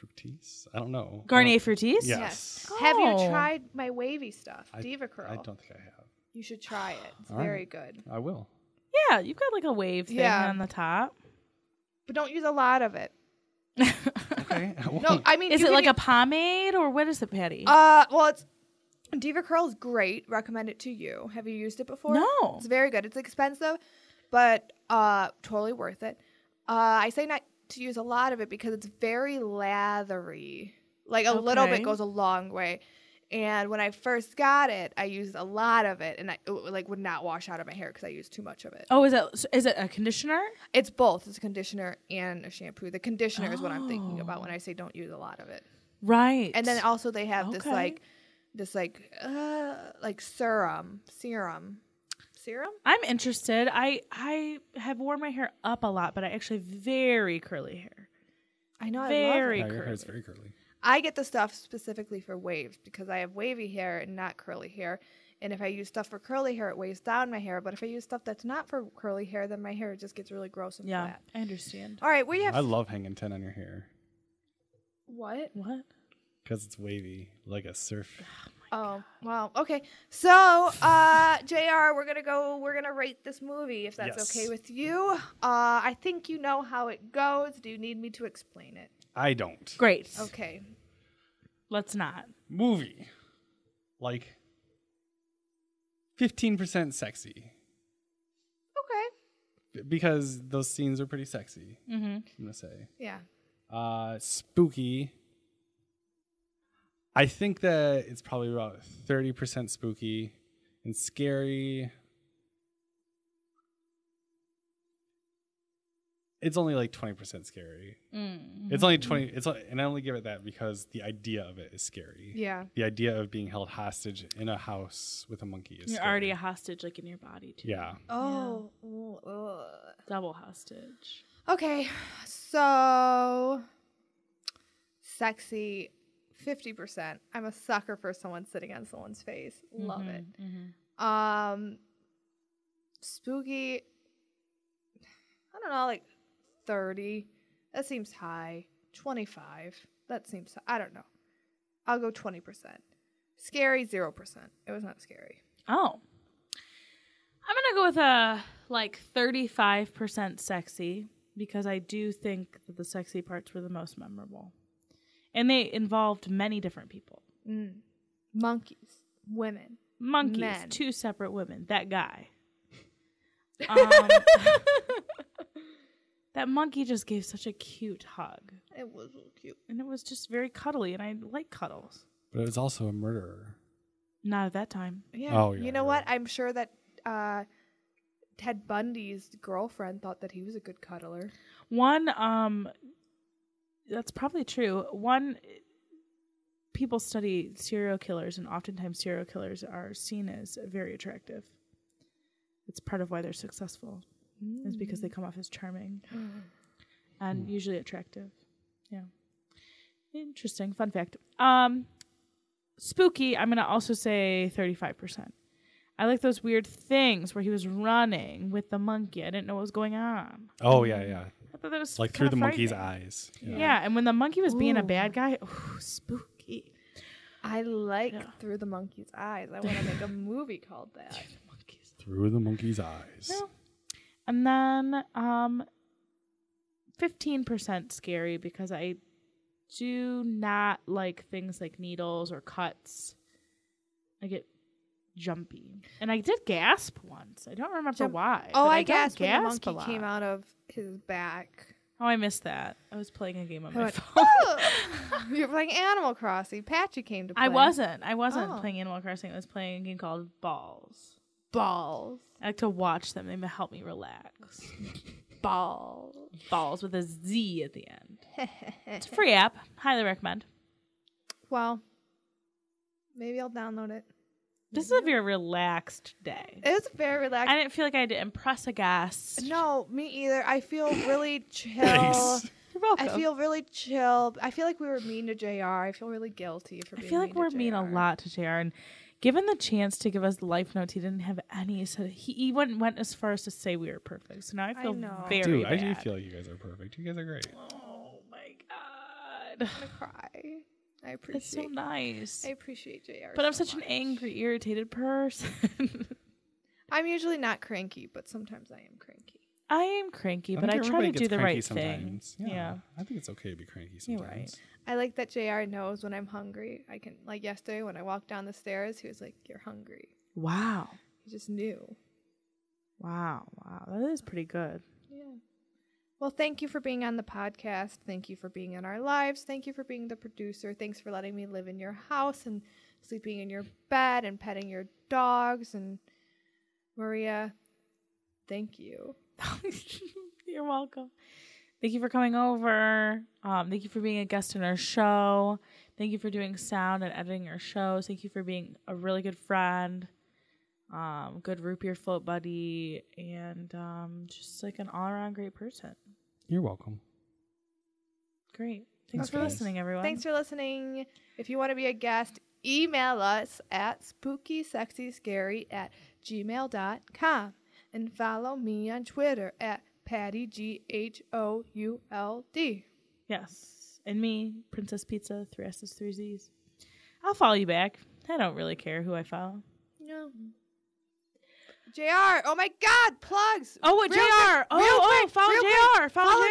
S3: fructis. I don't know.
S2: Garnier Fructis?
S3: Yeah.
S1: Yes.
S3: Yes.
S1: Have you
S2: Oh.
S1: tried my wavy stuff,
S3: I-
S1: Diva Curl?
S3: I don't think I have.
S1: You should try it. It's
S3: All right.
S1: very good.
S3: I will.
S2: Yeah, you've got like a wave thing
S1: Yeah.
S2: on the top.
S1: But don't use a lot of it.
S3: Okay. I
S1: No,
S3: won't.
S1: I mean,
S2: Is
S1: you
S2: it
S1: can
S2: like
S1: u-
S2: a pomade or what is it, Patty?
S1: Uh, well, it's Diva Curl is great. Recommend it to you. Have you used it before?
S2: No.
S1: It's very good. It's expensive, but uh, totally worth it. Uh, I say not to use a lot of it because it's very lathery. Like a little
S2: Okay.
S1: bit goes a long way. And when I first got it, I used a lot of it, and I it, like would not wash out of my hair because I used too much of it.
S2: oh, is it so is it a conditioner?
S1: It's both. It's a conditioner and a shampoo. The conditioner is what I'm thinking about
S2: Oh.
S1: when I say don't use a lot of it.
S2: Right.
S1: And then also they have this
S2: Okay.
S1: like this like uh like serum, serum. Serum?
S2: I'm interested. I I have worn my hair up a lot, but I actually have very curly hair.
S1: I know I
S2: Very
S1: love it.
S3: yeah, your hair is
S2: curly.
S3: very curly.
S1: I get the stuff specifically for waves because I have wavy hair and not curly hair. And if I use stuff for curly hair, it weighs down my hair. But if I use stuff that's not for curly hair, then my hair just gets really gross and
S2: Yeah,
S1: flat.
S2: I understand.
S1: All right, we have
S3: I love hanging ten on your hair
S1: what?
S2: What?
S3: because it's wavy like a surf.
S1: Oh, wow. Okay. So, uh, JR, we're going to go, we're going to rate this movie if that's
S3: Yes.
S1: okay with you. Uh, I think you know how it goes. Do you need me to explain it?
S3: I don't.
S2: Great.
S1: Okay.
S2: Let's not.
S3: movie like 15% sexy
S1: Okay.
S3: b- because those scenes are pretty sexy
S2: Mhm.
S1: Mm-hmm.
S3: i'm gonna say
S1: Yeah.
S3: uh spooky i think that it's probably about 30% spooky and scary it's only like 20% scary
S1: Mm-hmm.
S3: it's only 20 it's like, and i only give it that because the idea of it is scary
S1: Yeah.
S3: the idea of being held hostage in a house with a monkey is
S2: You're
S3: scary.
S2: already a hostage, like in your body too.
S3: yeah
S1: Oh. ooh, ugh.
S2: Double hostage.
S1: Okay. So, sexy 50%. I'm a sucker for someone sitting on someone's face. Love
S2: Mm-hmm.
S1: it. Mm-hmm. Um, spooky. I don't know, like 30. That seems high. 25. That seems, I don't know. I'll go 20%. Scary, 0%. It was not scary.
S2: Oh. I'm going to go with a like 35% sexy because I do think that the sexy parts were the most memorable. And they involved many different people.
S1: Mm. Monkeys, women.
S2: Monkeys,
S1: Men.
S2: two separate women, that guy. Um, that monkey just gave such a cute hug.
S1: It was cute.
S2: And it was just very cuddly, and I like cuddles.
S3: but it was also a murderer
S2: Not at that time.
S1: Yeah.
S3: Oh, yeah,
S1: you know
S3: you're
S1: what? I'm sure that uh, Ted Bundy's girlfriend thought that he was a good cuddler.
S2: One, um, that's probably true. One, people study serial killers, and oftentimes serial killers are seen as very attractive. It's part of why they're successful, is because they come off as charming and usually attractive. Yeah. Interesting. Fun fact. Um, spooky, I'm going to also say 35%. I like those weird things where he was running with the monkey. I didn't know what was going on.
S3: oh yeah yeah
S2: I thought that was
S3: like
S2: kinda
S3: through the monkey's
S2: frightening.
S3: eyes
S2: Yeah. and when the monkey was being a bad guy, ooh, spooky.
S1: I like Through the Monkey's Eyes. I want to make a movie called that.
S2: Monkeys.
S3: through the monkey's eyes
S2: No. And then um 15% scary because I do not like things like needles or cuts. I get jumpy. And I did gasp once. I don't remember
S1: Jump-
S2: why.
S1: Oh,
S2: but
S1: I,
S2: did
S1: gasped when the
S2: a
S1: monkey came
S2: lot.
S1: out of his back.
S2: Oh, I missed that. I was playing a game on
S1: I
S2: my
S1: went,
S2: phone.
S1: "Ugh." You're playing Animal Crossing. Patchy came to play.
S2: I wasn't. I wasn't
S1: Oh.
S2: playing Animal Crossing. I was playing a game called Balls.
S1: Balls.
S2: I like to watch them. They help me relax.
S1: Balls.
S2: Balls with a Z at the end. It's a free app. Highly recommend.
S1: Well, maybe I'll download it.
S2: This is a very relaxed day.
S1: It was very
S2: I
S1: relaxing.
S2: didn't feel like I had to impress a guest.
S1: No, me either. I feel really chill.
S3: Thanks.
S2: You're welcome.
S1: I feel really chill. I feel like we were mean to JR. I feel really guilty for
S2: I
S1: being
S2: feel like
S1: mean to
S2: we're mean a
S1: JR.
S2: lot to JR. And given the chance to give us life notes, he didn't have any. So he even went as far as to say we were perfect. So now I
S1: I
S2: feel
S1: know.
S2: very
S3: Dude, I do
S2: bad.
S3: feel like you guys are perfect. You guys are great.
S2: Oh my god,
S1: I'm gonna cry. I appreciate.
S2: that's so nice.
S1: I appreciate JR.
S2: But I'm
S1: so
S2: such an
S1: much.
S2: angry, irritated person.
S1: I'm usually not cranky, but sometimes I am cranky.
S2: I am cranky,
S3: I
S2: but
S3: think
S2: I try
S3: everybody
S2: to
S3: gets
S2: do the
S3: cranky
S2: right
S3: sometimes.
S2: thing.
S3: Yeah.
S2: Yeah.
S3: I think it's okay to be cranky
S2: You're
S3: sometimes.
S2: right.
S1: I like that JR knows when I'm hungry. I can like yesterday when I walked down the stairs, he was like, "You're hungry."
S2: Wow.
S1: He just knew.
S2: Wow. Wow. That is pretty good.
S1: Yeah. Well, thank you for being on the podcast. Thank you for being in our lives. Thank you for being the producer. Thanks for letting me live in your house and sleeping in your bed and petting your dogs and Maria. Thank you.
S2: You're welcome. Thank you for coming over. Um, thank you for being a guest on our show. Thank you for doing sound and editing our shows. Thank you for being a really good friend, um, good root beer float buddy, and um, just like an all around great person.
S3: You're welcome.
S2: Great. Thanks
S3: Thanks,
S2: for
S3: guys.
S2: listening, everyone.
S1: Thanks for listening. If you want to be a guest, email us at spookysexyscary at gmail.com and follow me on Twitter at Patty G H O U L D.
S2: Yes. And me, Princess Pizza, three S's, three Z's. I'll follow you back. I don't really care who I follow.
S1: No. JR, oh my god, plugs! Oh,
S2: Oh,
S1: Real quick,
S2: Oh,
S1: real
S2: oh,
S1: quick,
S2: follow
S1: real
S2: JR.
S1: quick,
S2: follow,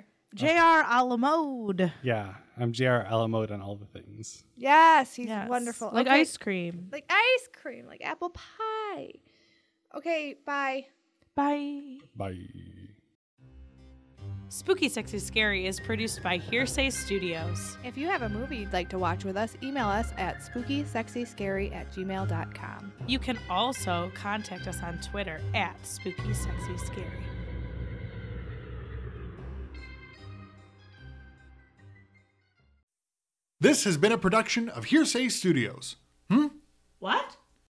S1: follow
S2: JR. JR Alamode.
S3: Yeah. I'm JR Alamode on all the things.
S1: Yes, he's
S2: Yes.
S1: wonderful.
S2: Like
S1: Okay,
S2: ice cream.
S1: like ice cream, like apple pie. Okay, bye.
S2: Bye.
S3: Bye.
S2: Spooky Sexy Scary is produced by Hearsay Studios.
S1: If you have a movie you'd like to watch with us, email us at spookysexyscary at gmail.com.
S2: You can also contact us on Twitter at Spooky Sexy Scary.
S5: This has been a production of Hearsay Studios.
S6: What?